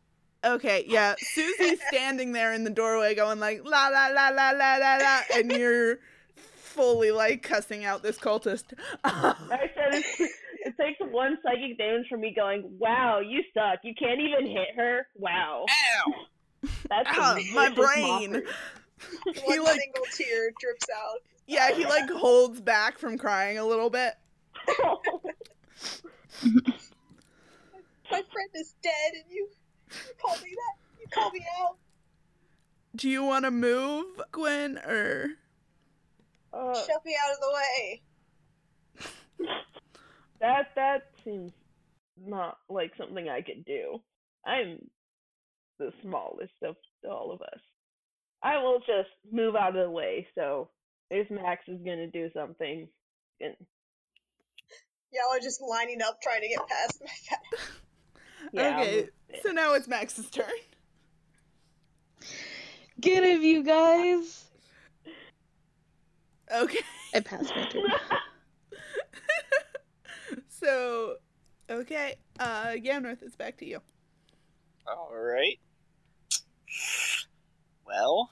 [SPEAKER 3] Okay, yeah. Susie's standing there in the doorway going like la la la la la la la and you're fully like cussing out this cultist.
[SPEAKER 6] I said it, it takes one psychic damage from me going, wow, you suck. You can't even hit her? Wow.
[SPEAKER 7] Ow!
[SPEAKER 6] That's
[SPEAKER 3] Ah,
[SPEAKER 6] vicious
[SPEAKER 3] my brain.
[SPEAKER 6] mockery.
[SPEAKER 4] One
[SPEAKER 3] he like
[SPEAKER 4] single tear drips out.
[SPEAKER 3] Yeah, he like holds back from crying a little bit.
[SPEAKER 4] My friend is dead, and you call me that. You call me out.
[SPEAKER 3] Do you want to move, Gwen, or
[SPEAKER 6] Uh,
[SPEAKER 4] Shove me out of the way.
[SPEAKER 6] that that seems not like something I could do. I'm the smallest of all of us. I will just move out of the way. So if Max is gonna do something, and
[SPEAKER 4] Y'all are just lining up trying to get past my fat.
[SPEAKER 6] yeah, I'll
[SPEAKER 3] okay?
[SPEAKER 6] move it.
[SPEAKER 3] So now it's Max's turn.
[SPEAKER 5] Get him, you guys!
[SPEAKER 3] Okay.
[SPEAKER 5] I passed my turn.
[SPEAKER 3] So, okay. Uh, Gamnorth, it's back to you.
[SPEAKER 7] Alright. Well,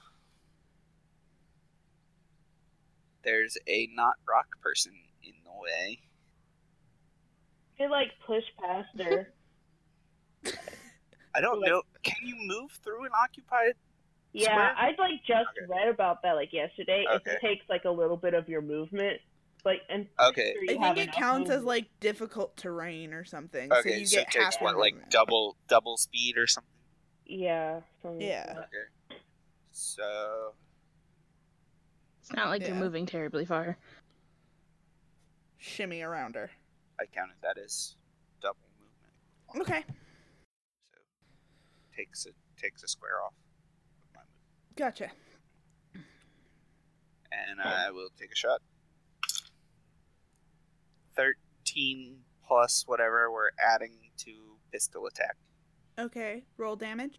[SPEAKER 7] there's a not rock person in the way.
[SPEAKER 6] I like push past her.
[SPEAKER 7] I don't know. Can you move through an occupied?
[SPEAKER 6] Yeah,
[SPEAKER 7] Square?
[SPEAKER 6] I'd like just
[SPEAKER 7] Okay.
[SPEAKER 6] read about that like yesterday.
[SPEAKER 7] Okay.
[SPEAKER 6] It takes like a little bit of your movement, like and
[SPEAKER 7] Okay.
[SPEAKER 6] you
[SPEAKER 3] I
[SPEAKER 6] have
[SPEAKER 3] think it
[SPEAKER 6] enough
[SPEAKER 3] counts as
[SPEAKER 6] movement.
[SPEAKER 3] like difficult terrain or something. so
[SPEAKER 7] Okay,
[SPEAKER 3] you
[SPEAKER 7] so,
[SPEAKER 3] get
[SPEAKER 7] it takes
[SPEAKER 3] half
[SPEAKER 7] what,
[SPEAKER 3] your
[SPEAKER 7] like
[SPEAKER 3] movement.
[SPEAKER 7] double double speed or something.
[SPEAKER 6] yeah, something like
[SPEAKER 3] Yeah.
[SPEAKER 6] that.
[SPEAKER 7] Okay. So
[SPEAKER 5] It's not like
[SPEAKER 3] Yeah.
[SPEAKER 5] you're moving terribly far.
[SPEAKER 3] shimmy around her.
[SPEAKER 7] I counted that as double movement.
[SPEAKER 3] Okay,
[SPEAKER 7] So takes a takes a square off of my move,
[SPEAKER 3] gotcha.
[SPEAKER 7] and I will take a shot. Thirteen plus whatever we're adding to pistol attack.
[SPEAKER 3] Okay, roll damage.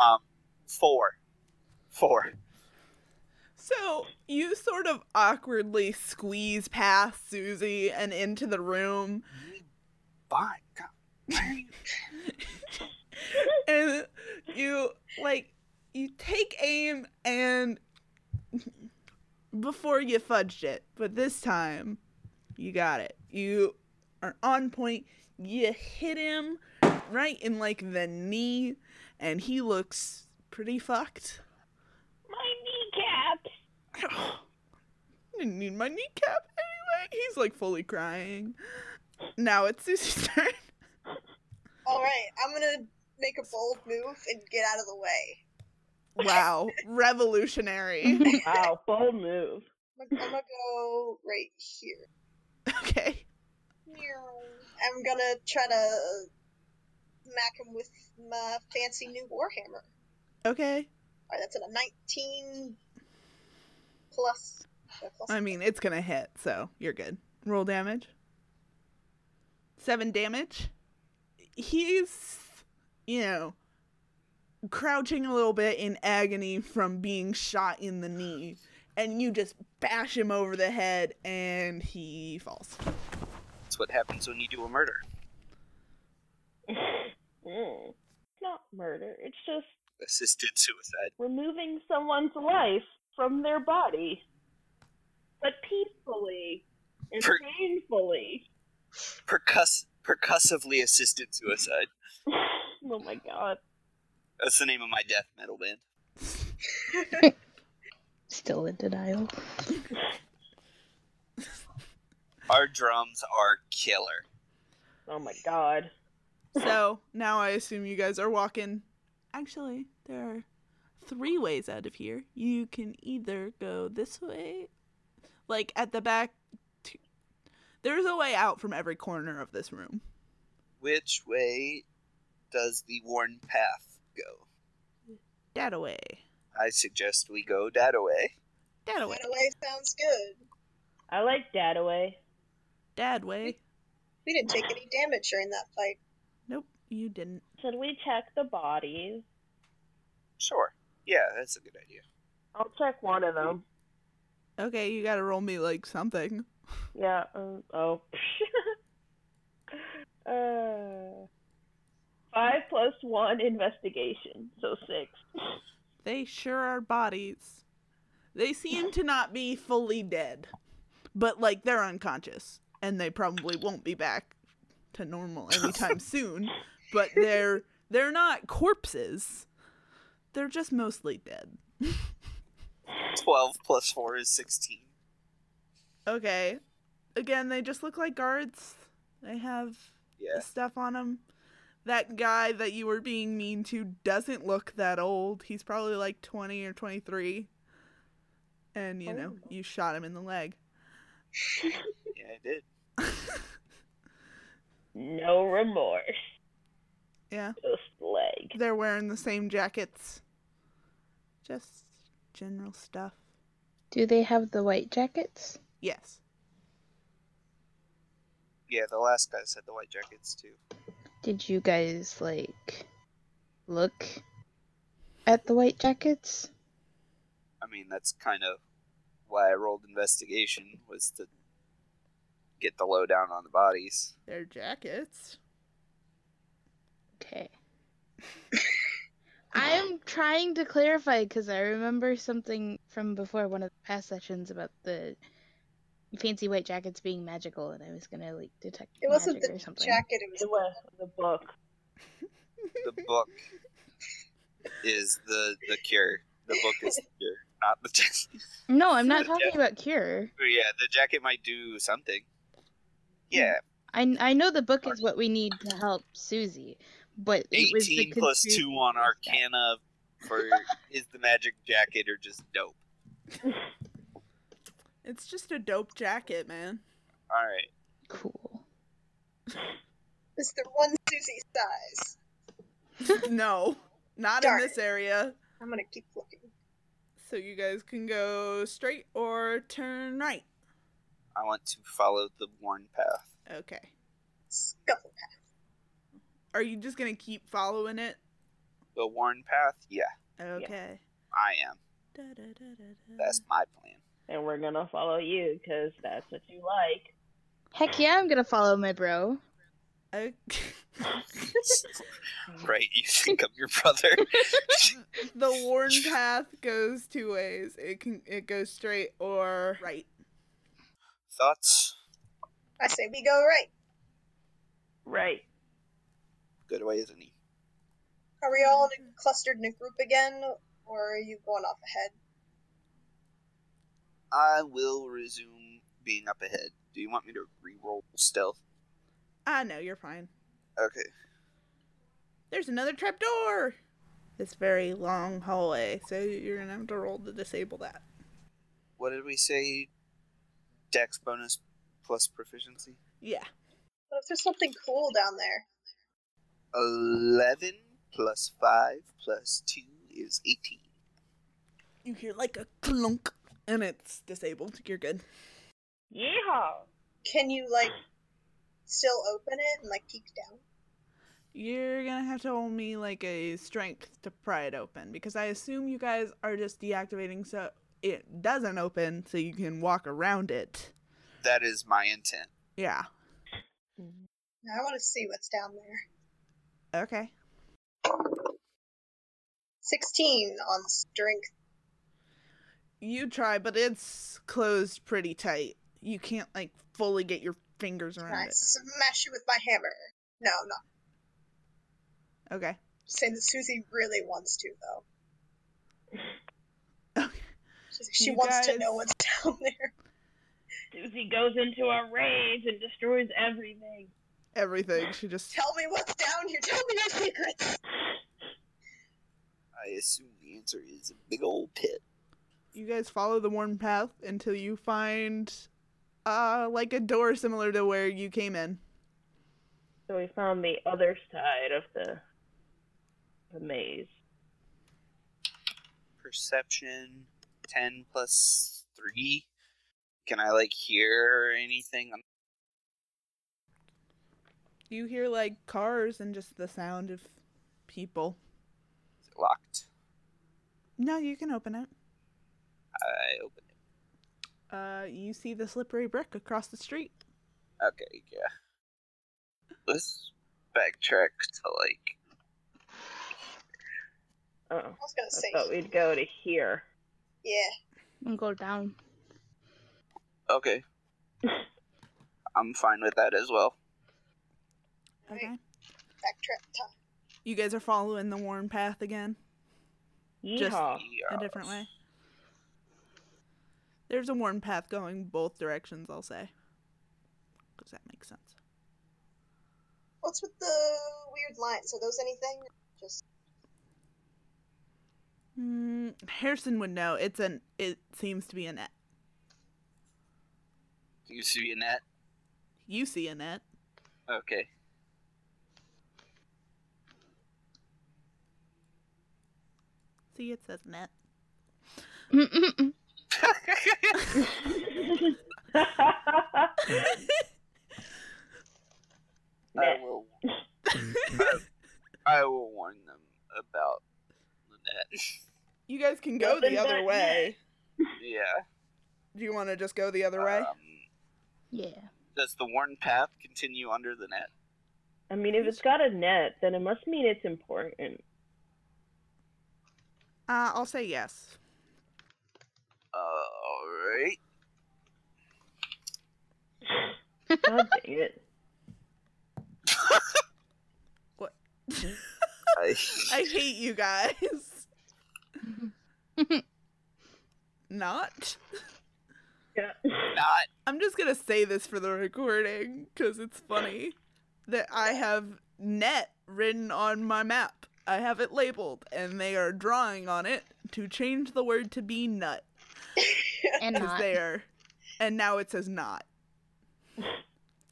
[SPEAKER 7] Um, four, four.
[SPEAKER 3] So you sort of awkwardly squeeze past Susie and into the room,
[SPEAKER 7] By God, why are you-
[SPEAKER 3] and you like you take aim and before you fudged it, but this time you got it. You are on point. You hit him right in like the knee, and he looks pretty fucked.
[SPEAKER 6] My kneecaps.
[SPEAKER 3] didn't need my kneecap anyway. He's like fully crying. Now it's Susie's turn.
[SPEAKER 4] Alright, I'm gonna make a bold move and get out of the way.
[SPEAKER 3] Wow, revolutionary.
[SPEAKER 6] Wow, bold move.
[SPEAKER 4] I'm gonna, I'm gonna go right here.
[SPEAKER 3] Okay.
[SPEAKER 4] Meow. I'm gonna try to smack him with my fancy new warhammer.
[SPEAKER 3] Okay.
[SPEAKER 4] Alright, that's in a 19 plus. uh, plus-
[SPEAKER 3] I mean, it's gonna hit, so you're good. Roll damage. Seven damage. He's, you know, crouching a little bit in agony from being shot in the knee, and you just bash him over the head, and he falls.
[SPEAKER 7] That's what happens when you do a murder.
[SPEAKER 6] Mm. It's not murder. It's just
[SPEAKER 7] Assisted suicide.
[SPEAKER 6] removing someone's life from their body, but peacefully and
[SPEAKER 7] Per-
[SPEAKER 6] painfully.
[SPEAKER 7] Percuss- percussively assisted suicide.
[SPEAKER 6] oh my god.
[SPEAKER 7] That's the name of my death metal band.
[SPEAKER 5] Still in denial.
[SPEAKER 7] Our drums are killer.
[SPEAKER 6] Oh my god.
[SPEAKER 3] So now I assume you guys are walking. Actually, there are three ways out of here. You can either go this way, like at the back. t There's a way out from every corner of this room.
[SPEAKER 7] Which way does the worn path go?
[SPEAKER 3] That way.
[SPEAKER 7] I suggest we go that way.
[SPEAKER 3] That way.
[SPEAKER 4] That away sounds good.
[SPEAKER 6] I like dad away.
[SPEAKER 3] Dad way.
[SPEAKER 4] We didn't take any damage during that fight.
[SPEAKER 3] Nope, you didn't.
[SPEAKER 6] Should we check the bodies?
[SPEAKER 7] Sure. Yeah, that's a good idea.
[SPEAKER 6] I'll check one of them.
[SPEAKER 3] Okay, you gotta roll me like something.
[SPEAKER 6] Yeah. Um, oh. uh, five plus one investigation, so six.
[SPEAKER 3] They sure are bodies. They seem to not be fully dead, but like they're unconscious and they probably won't be back to normal anytime soon, but they're they're not corpses. They're just mostly dead.
[SPEAKER 7] 12 plus 4 is 16.
[SPEAKER 3] Okay. Again, they just look like guards. They have
[SPEAKER 7] Yeah.
[SPEAKER 3] stuff on them. That guy that you were being mean to doesn't look that old. He's probably like 20 or 23. And, you know,
[SPEAKER 4] Oh.
[SPEAKER 3] you shot him in the leg.
[SPEAKER 7] Yeah, I did.
[SPEAKER 6] No remorse.
[SPEAKER 3] Yeah.
[SPEAKER 6] Just leg.
[SPEAKER 3] They're wearing the same jackets. Just general stuff.
[SPEAKER 5] Do they have the white jackets?
[SPEAKER 3] Yes.
[SPEAKER 7] Yeah, the last guys had the white jackets too.
[SPEAKER 5] Did you guys like look at the white jackets?
[SPEAKER 7] I mean, that's kind of why I rolled investigation was to get the lowdown on the bodies.
[SPEAKER 3] They're jackets.
[SPEAKER 5] Okay. I am trying to clarify because I remember something from before one of the past sessions about the fancy white jackets being magical, and I was gonna like detect
[SPEAKER 4] It wasn't
[SPEAKER 5] magic
[SPEAKER 4] the
[SPEAKER 5] or something.
[SPEAKER 4] jacket, it was
[SPEAKER 6] It was the book.
[SPEAKER 7] The book is the the cure. The book is the cure, not the jacket.
[SPEAKER 5] no, I'm not
[SPEAKER 7] Yeah.
[SPEAKER 5] talking about cure.
[SPEAKER 7] yeah, the jacket might do something. Yeah,
[SPEAKER 5] I I know the book is what we need to help Susie, but it was the
[SPEAKER 7] 18 plus 2 on
[SPEAKER 5] conspiracy stuff.
[SPEAKER 7] Arcana for is the magic jacket or just dope.
[SPEAKER 3] It's just a dope jacket, man.
[SPEAKER 7] All right.
[SPEAKER 5] Cool.
[SPEAKER 4] It's the one Susie size.
[SPEAKER 3] no, not
[SPEAKER 4] Darn
[SPEAKER 3] in this
[SPEAKER 4] it.
[SPEAKER 3] area.
[SPEAKER 4] I'm gonna keep looking.
[SPEAKER 3] So you guys can go straight or turn right.
[SPEAKER 7] I want to follow the worn path.
[SPEAKER 3] Okay.
[SPEAKER 4] Scuffle.
[SPEAKER 3] Are you just gonna keep following it?
[SPEAKER 7] The worn path? Yeah,
[SPEAKER 3] Okay.
[SPEAKER 7] I am.
[SPEAKER 3] Da, da, da, da, da.
[SPEAKER 7] That's my plan.
[SPEAKER 6] And we're gonna follow you because that's what you like.
[SPEAKER 5] Heck yeah, I'm gonna follow my bro.
[SPEAKER 3] Okay.
[SPEAKER 7] right, you think I'm your brother.
[SPEAKER 3] The worn path goes two ways. It can it goes straight or right.
[SPEAKER 7] Thoughts?
[SPEAKER 4] I say we go right.
[SPEAKER 6] Right.
[SPEAKER 7] Good way, isn't he?
[SPEAKER 4] Are we all in
[SPEAKER 5] Mm-hmm.
[SPEAKER 4] a, clustered in a group again, or are you going off ahead?
[SPEAKER 7] I will resume being up ahead. Do you want me to re-roll stealth?
[SPEAKER 3] Ah no, you're fine.
[SPEAKER 7] Okay.
[SPEAKER 3] There's another trapdoor. This very long hallway, so you're gonna have to roll to disable that.
[SPEAKER 7] What did we say? Dex bonus plus proficiency.
[SPEAKER 3] Yeah.
[SPEAKER 4] What if there's something cool down there?
[SPEAKER 7] Eleven plus five plus two is eighteen.
[SPEAKER 3] You hear like a clunk and it's disabled. You're good.
[SPEAKER 6] Yeehaw.
[SPEAKER 4] Can you like still open it and like peek down?
[SPEAKER 3] You're gonna have to roll me like a strength to pry it open because I assume you guys are just deactivating so it doesn't open so you can walk around it.
[SPEAKER 7] That is my intent.
[SPEAKER 3] Yeah.
[SPEAKER 4] Now I want to see what's down there.
[SPEAKER 3] Okay.
[SPEAKER 4] Sixteen on strength.
[SPEAKER 3] You try, but it's closed pretty tight. You can't like fully get your fingers
[SPEAKER 4] Can
[SPEAKER 3] around
[SPEAKER 4] I smash it with my hammer? No, I'm not
[SPEAKER 3] it. Okay.
[SPEAKER 4] saying that Susie really wants to though.
[SPEAKER 3] Okay.
[SPEAKER 4] She's like, she
[SPEAKER 3] You
[SPEAKER 4] wants to
[SPEAKER 3] guys-
[SPEAKER 4] know what's down there.
[SPEAKER 6] Susie goes into a rage and destroys everything.
[SPEAKER 3] Everything. She just
[SPEAKER 4] Tell me what's down here. Tell me your secrets.
[SPEAKER 7] I assume the answer is a big old pit.
[SPEAKER 3] you guys follow the worn path until you find uh like a door similar to where you came in.
[SPEAKER 6] So we found the other side of the, the maze.
[SPEAKER 7] Perception ten plus three. Can I like hear anything? I'm
[SPEAKER 3] You hear like cars and just the sound of people.
[SPEAKER 7] is it locked.
[SPEAKER 3] No, you can open it.
[SPEAKER 7] I open it.
[SPEAKER 3] Uh, you see the slippery brick across the street.
[SPEAKER 7] Okay, yeah. Let's backtrack to like
[SPEAKER 6] Oh,
[SPEAKER 4] I was gonna
[SPEAKER 6] I
[SPEAKER 4] say,
[SPEAKER 6] thought we'd go to here.
[SPEAKER 4] yeah.
[SPEAKER 5] And go down.
[SPEAKER 7] okay. I'm fine with that as well.
[SPEAKER 4] Okay. Backtrack time.
[SPEAKER 3] You guys are following the worn path again, Just-
[SPEAKER 6] Yeehaw.
[SPEAKER 7] Yeah.
[SPEAKER 3] a different way. There's a worn path going both directions, I'll say. Because that makes sense.
[SPEAKER 4] What's with the weird lines? Are those anything? Just
[SPEAKER 3] Mm, Harrison would know. It's an. It seems to be a net.
[SPEAKER 7] Do you see a net?
[SPEAKER 3] You see a net.
[SPEAKER 7] Okay.
[SPEAKER 3] See, it says net.
[SPEAKER 5] Mm-mm-mm.
[SPEAKER 7] I
[SPEAKER 6] Net.
[SPEAKER 7] will. I, I will warn them about the net.
[SPEAKER 3] You guys can go
[SPEAKER 6] Nothing
[SPEAKER 3] the other
[SPEAKER 6] but
[SPEAKER 3] way.
[SPEAKER 7] yeah.
[SPEAKER 3] Do you want to just go the other way?
[SPEAKER 7] Um,
[SPEAKER 5] Yeah.
[SPEAKER 7] does the worn path continue under the net?
[SPEAKER 6] I mean, if it's got a net, then it must mean it's important.
[SPEAKER 3] Uh, I'll say yes.
[SPEAKER 7] All right.
[SPEAKER 6] God dang it.
[SPEAKER 7] I,
[SPEAKER 3] I hate you guys. Not.
[SPEAKER 6] Yeah.
[SPEAKER 7] not
[SPEAKER 3] I'm just gonna say this for the recording because it's funny that I have net written on my map. I have it labeled, and they are drawing on it to change the word to be nut
[SPEAKER 5] And
[SPEAKER 3] because
[SPEAKER 5] not.
[SPEAKER 3] they are, and now it says not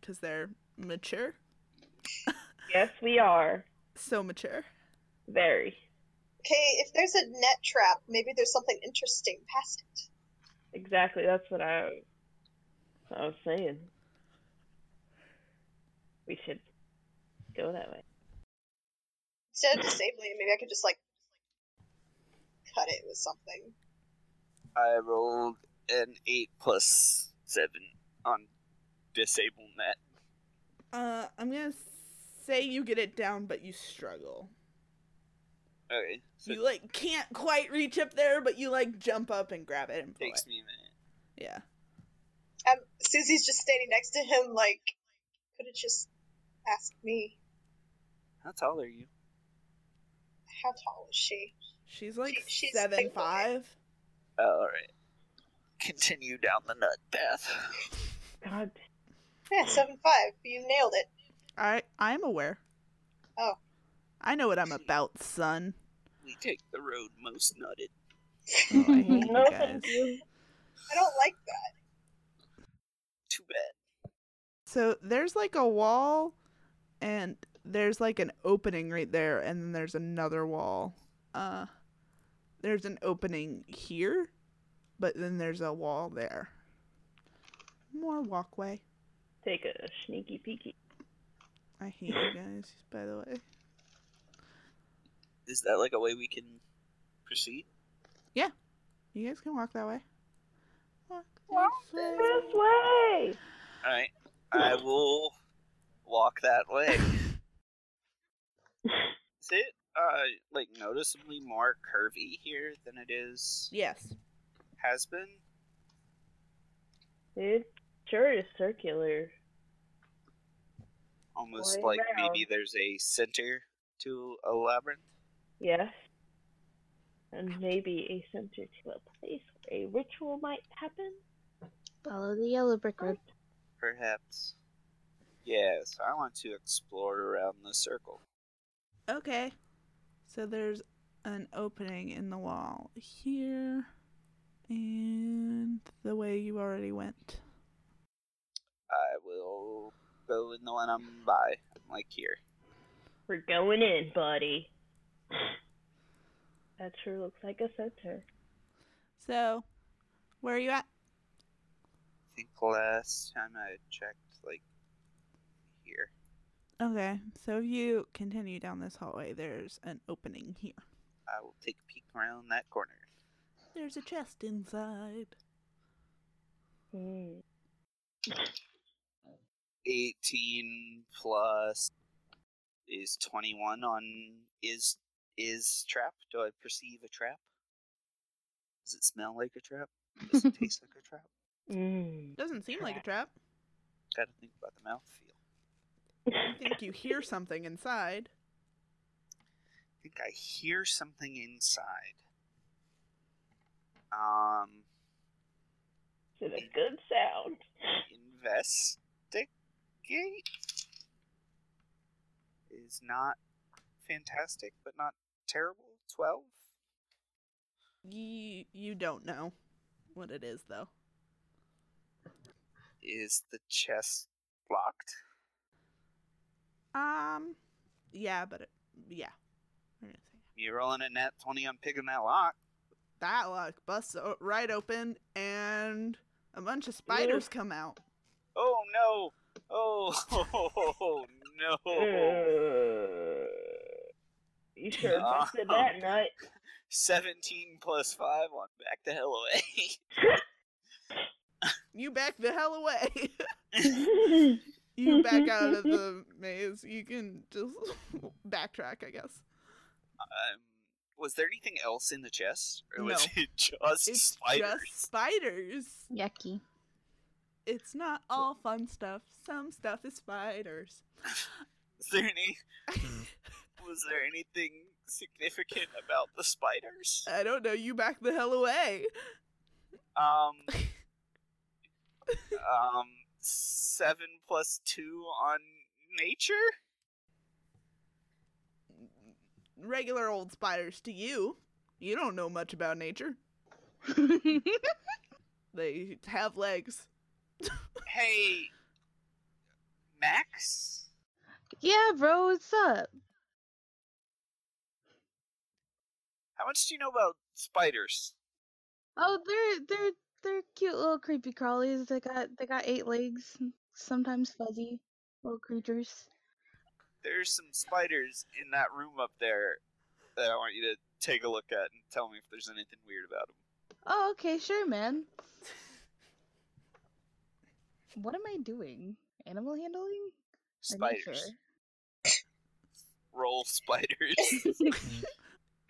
[SPEAKER 3] because they're mature,
[SPEAKER 6] Yes, we are.
[SPEAKER 3] so mature.
[SPEAKER 6] Very.
[SPEAKER 4] okay. If there's a net trap, maybe there's something interesting past it.
[SPEAKER 6] Exactly. That's what I, I was saying. We should go that way.
[SPEAKER 4] Instead of disabling it, maybe I could just like cut it with something.
[SPEAKER 7] I rolled an eight plus seven on disable net.
[SPEAKER 3] Uh, I'm gonna say you get it down, but you struggle.
[SPEAKER 7] Okay, so
[SPEAKER 3] You like can't quite reach up there, but you like jump up and grab it and
[SPEAKER 7] it
[SPEAKER 3] pull it.
[SPEAKER 7] takes me a minute.
[SPEAKER 3] Yeah.
[SPEAKER 4] Um, Susie's just standing next to him, like, could have just asked me.
[SPEAKER 7] How tall are you?
[SPEAKER 4] How tall is she?
[SPEAKER 3] She's like
[SPEAKER 4] She- she's
[SPEAKER 3] seven
[SPEAKER 4] single.
[SPEAKER 3] five.
[SPEAKER 7] Oh, all right. Continue down the nut path.
[SPEAKER 6] God.
[SPEAKER 4] Yeah, seven five. You nailed it.
[SPEAKER 3] I I'm aware.
[SPEAKER 4] Oh.
[SPEAKER 3] I know what I'm about, son.
[SPEAKER 7] We take the road most nutted.
[SPEAKER 3] Oh, I hate you
[SPEAKER 6] No,
[SPEAKER 3] guys.
[SPEAKER 6] thank you.
[SPEAKER 4] I don't like that.
[SPEAKER 7] Too bad.
[SPEAKER 3] So there's like a wall and there's like an opening right there and then there's another wall. Uh there's an opening here, but then there's a wall there. More walkway.
[SPEAKER 6] Take a sneaky peeky.
[SPEAKER 3] I hate you guys, by the way.
[SPEAKER 7] Is that like a way we can proceed?
[SPEAKER 3] You guys can walk that way. Walk
[SPEAKER 4] Walk
[SPEAKER 3] this way.
[SPEAKER 6] This way!
[SPEAKER 7] All right. I will walk that way. Is it uh like noticeably more curvy here than it is
[SPEAKER 3] Yes.
[SPEAKER 7] has been?
[SPEAKER 6] It sure is circular.
[SPEAKER 7] Almost
[SPEAKER 6] Going
[SPEAKER 7] like
[SPEAKER 6] round.
[SPEAKER 7] maybe there's a center to a labyrinth.
[SPEAKER 6] Yes. And maybe a center to a place where a ritual might happen.
[SPEAKER 5] Follow the yellow brick road.
[SPEAKER 7] Perhaps. Yes, I want to explore around the circle.
[SPEAKER 3] Okay. So there's an opening in the wall here and the way you already went.
[SPEAKER 7] I will go in the one I'm by, like here.
[SPEAKER 6] We're going in, buddy. That sure looks like a center.
[SPEAKER 3] So where are you at?
[SPEAKER 7] I think last time I checked, like here.
[SPEAKER 3] Okay. So if you continue down this hallway, there's an opening here.
[SPEAKER 7] I will take a peek around that corner.
[SPEAKER 3] There's a chest inside.
[SPEAKER 6] Hmm.
[SPEAKER 7] 18 plus is 21 on is is trap. Do I perceive a trap? Does it smell like a trap? Does it taste like a trap?
[SPEAKER 6] Mm.
[SPEAKER 3] Doesn't seem like a trap.
[SPEAKER 7] Got to think about the mouthfeel.
[SPEAKER 3] I think you hear something inside.
[SPEAKER 7] I think I hear something inside. Um,
[SPEAKER 6] It's a good sound.
[SPEAKER 7] investigate is not fantastic, but not terrible. Twelve.
[SPEAKER 3] You you don't know what it is though.
[SPEAKER 7] Is the chest locked?
[SPEAKER 3] Um yeah, but it, yeah. We're gonna say
[SPEAKER 7] You rolling a net twenty? I'm picking that lock.
[SPEAKER 3] that lock busts o- right open and a bunch of spiders come out.
[SPEAKER 7] Oh no! Oh no!
[SPEAKER 6] Uh, you sure
[SPEAKER 7] Ah.
[SPEAKER 6] busted that nut?
[SPEAKER 7] Seventeen plus five on back the hell away.
[SPEAKER 3] You back the hell away. you back out of the maze. You can just backtrack, I guess.
[SPEAKER 7] um, was there anything else in the chest, or was
[SPEAKER 3] No.
[SPEAKER 7] it just
[SPEAKER 3] It's
[SPEAKER 7] spiders?
[SPEAKER 3] just spiders.
[SPEAKER 5] Yucky.
[SPEAKER 3] It's not all fun stuff. Some stuff is spiders.
[SPEAKER 7] Is there any?
[SPEAKER 3] Hmm.
[SPEAKER 7] was there anything significant about the spiders?
[SPEAKER 3] I don't know. You back the hell away.
[SPEAKER 7] Um, um, seven plus two on nature.
[SPEAKER 3] Regular old spiders to you. You don't know much about nature. They have legs.
[SPEAKER 7] Hey, Max.
[SPEAKER 5] yeah, bro, what's up?
[SPEAKER 7] How much do you know about spiders?
[SPEAKER 5] Oh, they're they're they're cute little creepy crawlies. They got they got eight legs, sometimes fuzzy little creatures.
[SPEAKER 7] There's some spiders in that room up there that I want you to take a look at and tell me if there's anything weird about them.
[SPEAKER 5] Oh, okay, sure, man. What am I doing? Animal handling? Or nature?
[SPEAKER 7] Spiders. roll spiders.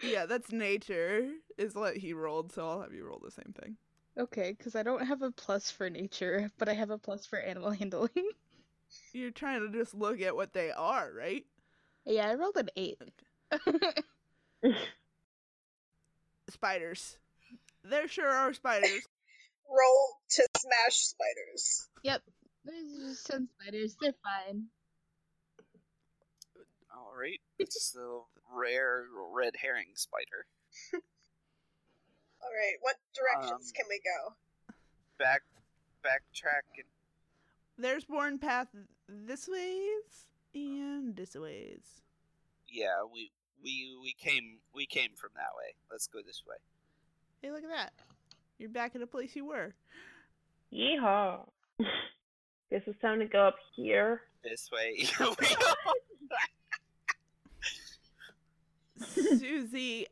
[SPEAKER 3] Yeah, that's nature, is what he rolled, so I'll have you roll the same thing.
[SPEAKER 5] Okay, because I don't have a plus for nature, but I have a plus for animal handling.
[SPEAKER 3] You're trying to just look at what they are, right?
[SPEAKER 5] yeah, I rolled an eight.
[SPEAKER 3] Spiders. There sure are spiders.
[SPEAKER 4] Roll to smash spiders.
[SPEAKER 5] yep. There's just some spiders. They're fine.
[SPEAKER 7] All right, it's the rare red herring spider.
[SPEAKER 4] All right, what directions
[SPEAKER 7] Um,
[SPEAKER 4] can we go?
[SPEAKER 7] Back, backtrack and
[SPEAKER 3] There's born path this ways and this ways.
[SPEAKER 7] yeah, we we we came we came from that way. Let's go this way.
[SPEAKER 3] Hey, look at that. You're back in a place you were.
[SPEAKER 6] Yeehaw. Guess it's time to go up here.
[SPEAKER 7] This way. We-
[SPEAKER 3] Susie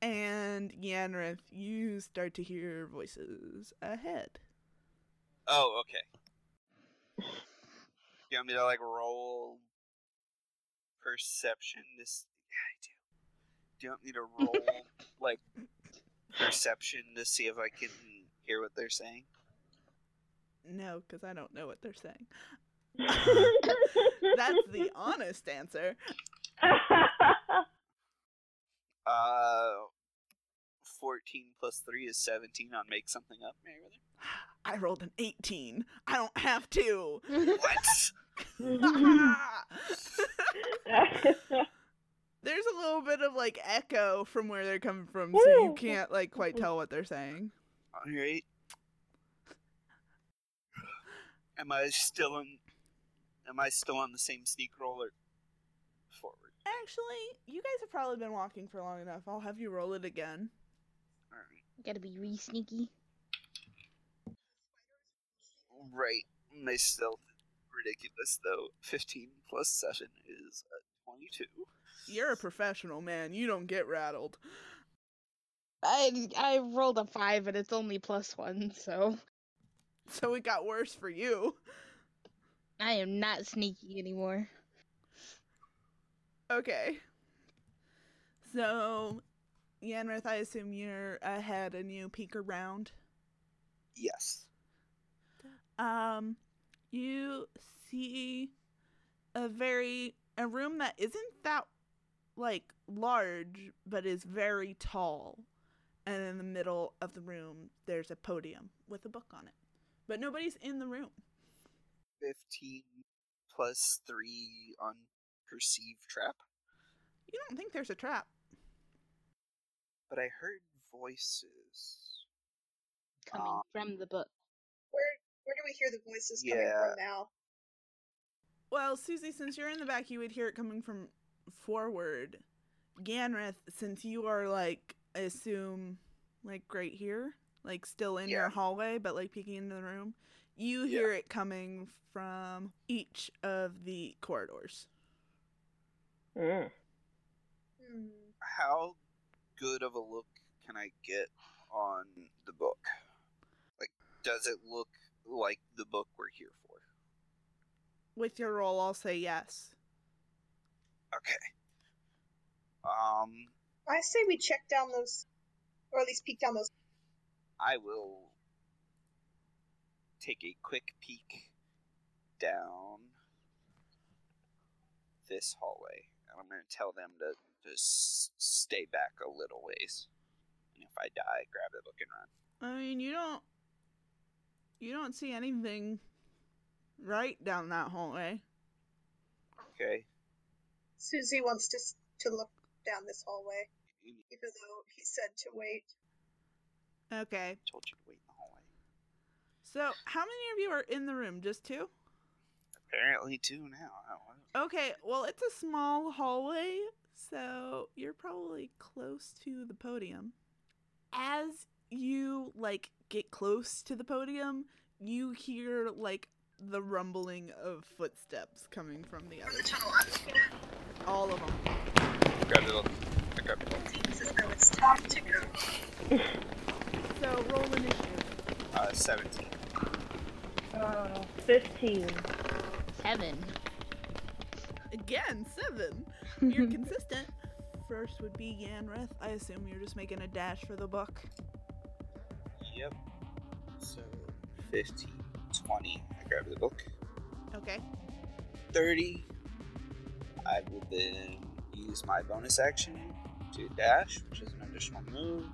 [SPEAKER 3] and Yanrith, you start to hear voices ahead.
[SPEAKER 7] oh, okay. You want me to like roll perception? This yeah, I do. Do you want me to roll like perception to see if I can hear what they're saying?
[SPEAKER 3] No, because I don't know what they're saying. That's the honest answer.
[SPEAKER 7] Uh, fourteen plus three is seventeen. On make something up, Meriwether.
[SPEAKER 3] I rolled an 18. I don't have to. Ah!
[SPEAKER 7] What?
[SPEAKER 3] There's a little bit of like echo from where they're coming from, so you
[SPEAKER 6] Woo.
[SPEAKER 3] can't like quite tell what they're saying.
[SPEAKER 7] All right. Am I still on? Am I still on the same sneak roller? Forward.
[SPEAKER 3] Actually, you guys have probably been walking for long enough. I'll have you roll it again.
[SPEAKER 7] All right.
[SPEAKER 5] Gotta be re sneaky.
[SPEAKER 7] Right. My stealth is ridiculous though. Fifteen plus seven is uh, twenty-two.
[SPEAKER 3] You're a professional, man. You don't get rattled.
[SPEAKER 5] I I rolled a five and it's only plus one, so
[SPEAKER 3] So it got worse for you.
[SPEAKER 5] I am not sneaky anymore.
[SPEAKER 3] Okay. So, Yanrith, I assume you're ahead and you peek around.
[SPEAKER 7] Yes.
[SPEAKER 3] Um, you see a very a room that isn't that like large, but is very tall. And in the middle of the room, there's a podium with a book on it, but nobody's in the room.
[SPEAKER 7] Fifteen plus three on perceived trap.
[SPEAKER 3] You don't think there's a trap?
[SPEAKER 7] But I heard voices.
[SPEAKER 5] Coming
[SPEAKER 7] Um,
[SPEAKER 5] from the book.
[SPEAKER 4] Where where do we hear the voices coming
[SPEAKER 7] Yeah.
[SPEAKER 4] from now?
[SPEAKER 3] Well, Susie, since you're in the back, you would hear it coming from forward. Ganrith, since you are like, I assume, like right here, like still in your
[SPEAKER 7] Yeah.
[SPEAKER 3] hallway, but like peeking into the room, you hear it coming from each of the corridors.
[SPEAKER 6] Mm.
[SPEAKER 4] Hmm.
[SPEAKER 7] how good of a look can I get on the book? Like, does it look like the book we're here for?
[SPEAKER 3] With your roll, I'll say yes.
[SPEAKER 7] Okay. Um,
[SPEAKER 4] I say we check down those, or at least peek down those.
[SPEAKER 7] I will take a quick peek down this hallway, and I'm going to tell them to just stay back a little ways. And if I die, grab the book and run.
[SPEAKER 3] I mean, you don't, you don't see anything right down that hallway.
[SPEAKER 7] Okay.
[SPEAKER 4] Susie wants to s- to look down this hallway,
[SPEAKER 7] You
[SPEAKER 4] even though he said to wait.
[SPEAKER 3] Okay.
[SPEAKER 7] told you to wait in the hallway.
[SPEAKER 3] So, how many of you are in the room? Just two?
[SPEAKER 7] Apparently, two now. I don't know.
[SPEAKER 3] Okay, well, it's a small hallway, so you're probably close to the podium. As you like get close to the podium, you hear like the rumbling of footsteps coming from the other
[SPEAKER 4] tunnel I'm looking at
[SPEAKER 3] all of them.
[SPEAKER 7] Grab the book. I grab the book.
[SPEAKER 4] seems as though it's time to go.
[SPEAKER 3] So roll initiative.
[SPEAKER 7] Uh, 17.
[SPEAKER 6] Fifteen.
[SPEAKER 5] Seven.
[SPEAKER 3] Again, seven. You're consistent. First would be Yanreth. I assume you're just making a dash for the buck.
[SPEAKER 7] Yep. So 15, 20. I grab the book.
[SPEAKER 3] Okay.
[SPEAKER 7] 30. I will then use my bonus action to dash, which is an additional move.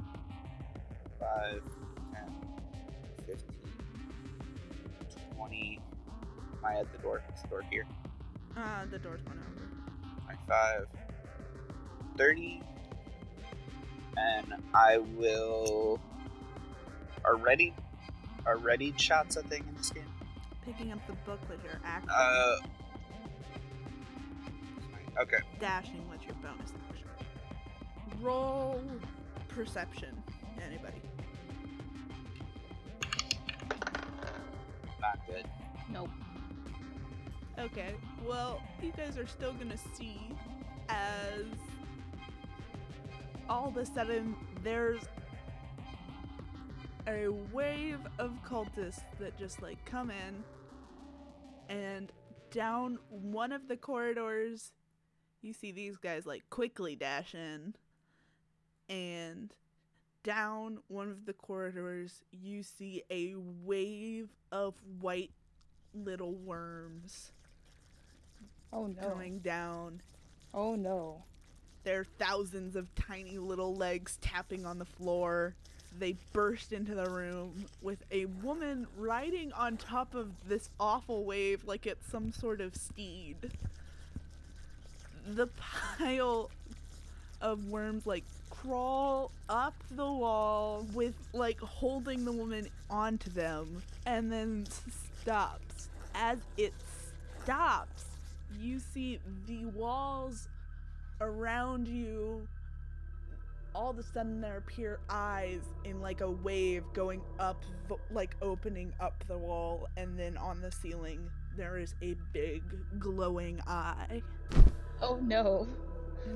[SPEAKER 7] 5, 10, 15, 20. Am I at the door? Is the door here?
[SPEAKER 3] Uh, the door's going over.
[SPEAKER 7] 25, 30. And I will. Are ready? Are ready shots a thing in this game?
[SPEAKER 3] Picking up the book with your action,
[SPEAKER 7] Uh. Okay.
[SPEAKER 3] dashing with your bonus action. Roll perception. Anybody?
[SPEAKER 7] Not good.
[SPEAKER 5] nope.
[SPEAKER 3] Okay, well, you guys are still gonna see as all of a sudden there's a wave of cultists that just like come in and down one of the corridors you see these guys like quickly dash in and down one of the corridors you see a wave of white little worms
[SPEAKER 5] Oh no.
[SPEAKER 3] coming down.
[SPEAKER 5] Oh no.
[SPEAKER 3] There are thousands of tiny little legs tapping on the floor. They burst into the room with a woman riding on top of this awful wave like it's some sort of steed. The pile of worms like crawl up the wall with like holding the woman onto them and then stops. As it stops, you see the walls around you all of a sudden there appear eyes in like a wave going up the- like opening up the wall and then on the ceiling there is a big glowing eye
[SPEAKER 5] Oh no.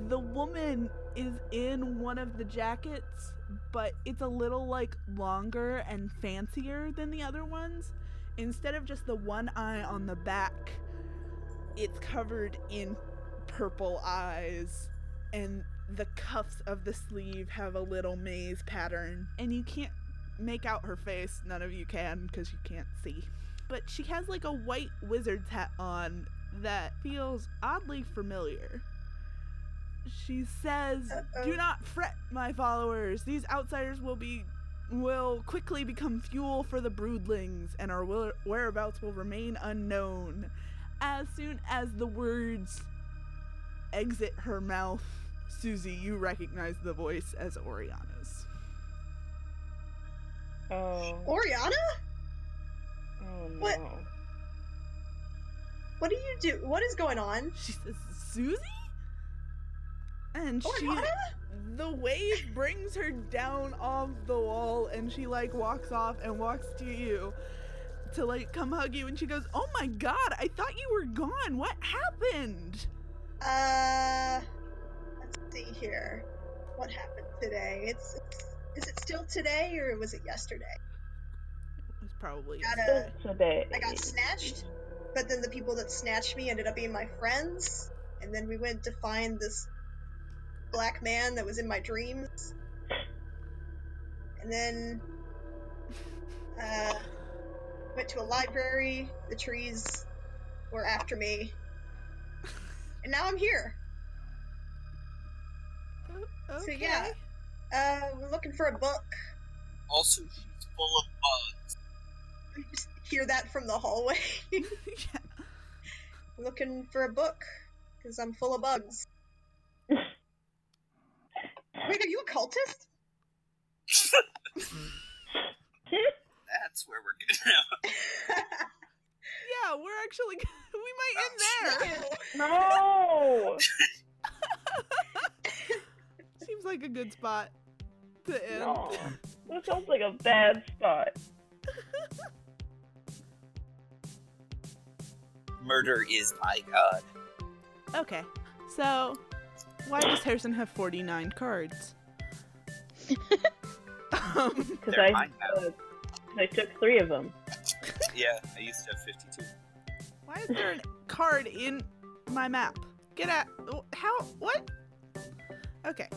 [SPEAKER 3] the woman is in one of the jackets but it's a little like longer and fancier than the other ones instead of just the one eye on the back it's covered in purple eyes and the cuffs of the sleeve have a little maze pattern and you can't make out her face none of you can because you can't see but she has like a white wizard's hat on that feels oddly familiar she says
[SPEAKER 4] Uh-oh.
[SPEAKER 3] do not fret my followers these outsiders will be will quickly become fuel for the broodlings and our where- whereabouts will remain unknown as soon as the words exit her mouth, Susie, you recognize the voice as Oriana's.
[SPEAKER 5] Oh.
[SPEAKER 4] Oriana?
[SPEAKER 5] oh no.
[SPEAKER 4] what? What do you do? What is going on?
[SPEAKER 3] She says, Susie? And she.
[SPEAKER 4] Oriana?
[SPEAKER 3] The wave brings her down off the wall and she, like, walks off and walks to you to, like, come hug you. And she goes, Oh my god, I thought you were gone. What happened?
[SPEAKER 4] Uh, let's see here. What happened today? It's, it's is it still today or was it yesterday?
[SPEAKER 3] It was probably.
[SPEAKER 4] Got
[SPEAKER 3] yesterday.
[SPEAKER 4] a-
[SPEAKER 6] Today.
[SPEAKER 4] I got snatched, but then the people that snatched me ended up being my friends, and then we went to find this black man that was in my dreams, and then uh, went to a library. The trees were after me, and now I'm here.
[SPEAKER 3] Okay.
[SPEAKER 4] So, yeah. Uh, we're looking for a book.
[SPEAKER 7] Also, she's full of bugs.
[SPEAKER 4] You just hear that from the hallway.
[SPEAKER 3] yeah.
[SPEAKER 4] looking for a book because I'm full of bugs. Wait, are you a cultist?
[SPEAKER 7] That's where we're good now.
[SPEAKER 3] Yeah, we're actually. we might end there.
[SPEAKER 6] No!
[SPEAKER 3] Seems like a good spot to end.
[SPEAKER 6] no. That sounds like a bad spot.
[SPEAKER 7] Murder is my god.
[SPEAKER 3] Okay. So, why does Harrison have 49 cards? um,
[SPEAKER 6] Because
[SPEAKER 7] They're
[SPEAKER 6] I,
[SPEAKER 7] mine now.
[SPEAKER 6] uh, I took three of them.
[SPEAKER 7] Yeah, I used to have 52.
[SPEAKER 3] why is there a card in my map? Get out. wh- How? What? Okay.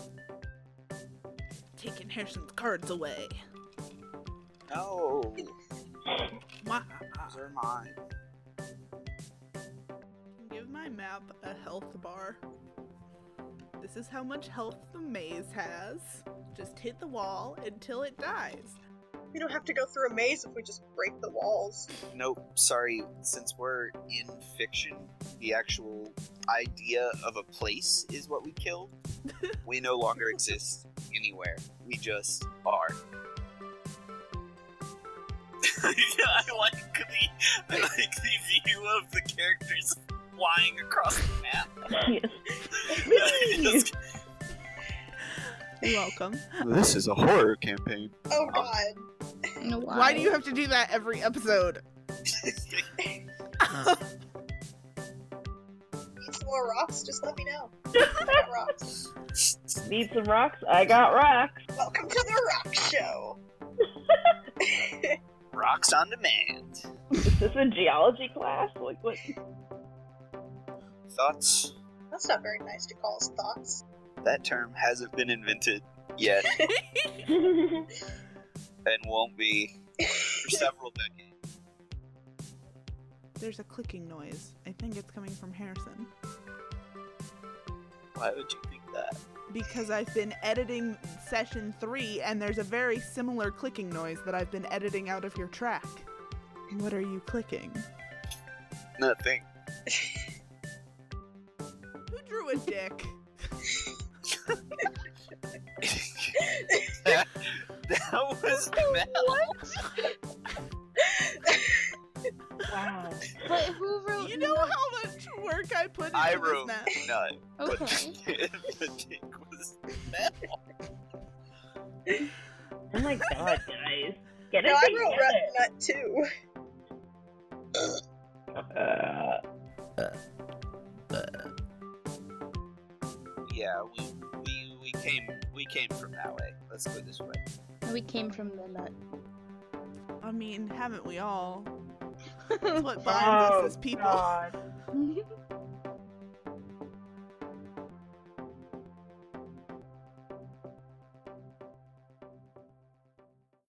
[SPEAKER 3] Taking Harrison's cards away.
[SPEAKER 7] No,
[SPEAKER 3] Wah.
[SPEAKER 7] those are mine.
[SPEAKER 3] Give my map a health bar. This is how much health the maze has. Just hit the wall until it dies.
[SPEAKER 4] We don't have to go through a maze if we just break the walls.
[SPEAKER 7] Nope, sorry. Since we're in fiction, the actual idea of a place is what we killed. we no longer exist anywhere. We just are. I like the I like the view of the characters flying across the map.
[SPEAKER 3] You're
[SPEAKER 6] Really?
[SPEAKER 3] welcome.
[SPEAKER 7] this is a horror campaign.
[SPEAKER 4] Oh god.
[SPEAKER 5] Why?
[SPEAKER 3] Why do you have to do that every episode?
[SPEAKER 4] Need some more rocks? Just let me know. Got rocks.
[SPEAKER 6] Need some rocks? I got rocks.
[SPEAKER 4] Welcome to the rock show.
[SPEAKER 7] Rocks on demand.
[SPEAKER 6] Is this a geology class? Like what?
[SPEAKER 7] Thoughts?
[SPEAKER 4] That's not very nice to call us thoughts.
[SPEAKER 7] That term hasn't been invented yet and won't be for several decades.
[SPEAKER 3] There's a clicking noise. I think it's coming from Harrison.
[SPEAKER 7] Why would you think that?
[SPEAKER 3] Because I've been editing session three and there's a very similar clicking noise that I've been editing out of your track. What are you clicking?
[SPEAKER 7] Nothing.
[SPEAKER 3] Who drew a dick?
[SPEAKER 7] that, that was Mel.
[SPEAKER 6] wow.
[SPEAKER 5] But who wrote?
[SPEAKER 3] You know how much work I put into
[SPEAKER 7] I
[SPEAKER 3] this
[SPEAKER 7] wrote
[SPEAKER 3] map?
[SPEAKER 7] none, but
[SPEAKER 5] Okay.
[SPEAKER 7] the dick was Mel.
[SPEAKER 6] Oh my god, guys. Get
[SPEAKER 4] No,
[SPEAKER 6] it
[SPEAKER 4] I wrote
[SPEAKER 6] together.
[SPEAKER 4] Rough Nut too.
[SPEAKER 6] Uh,
[SPEAKER 7] Yeah, we, we we came we came from that way. Let's go this way.
[SPEAKER 5] We came from the nut.
[SPEAKER 3] I
[SPEAKER 6] Oh,
[SPEAKER 3] mean, haven't we all? That's what binds us as people.
[SPEAKER 6] God.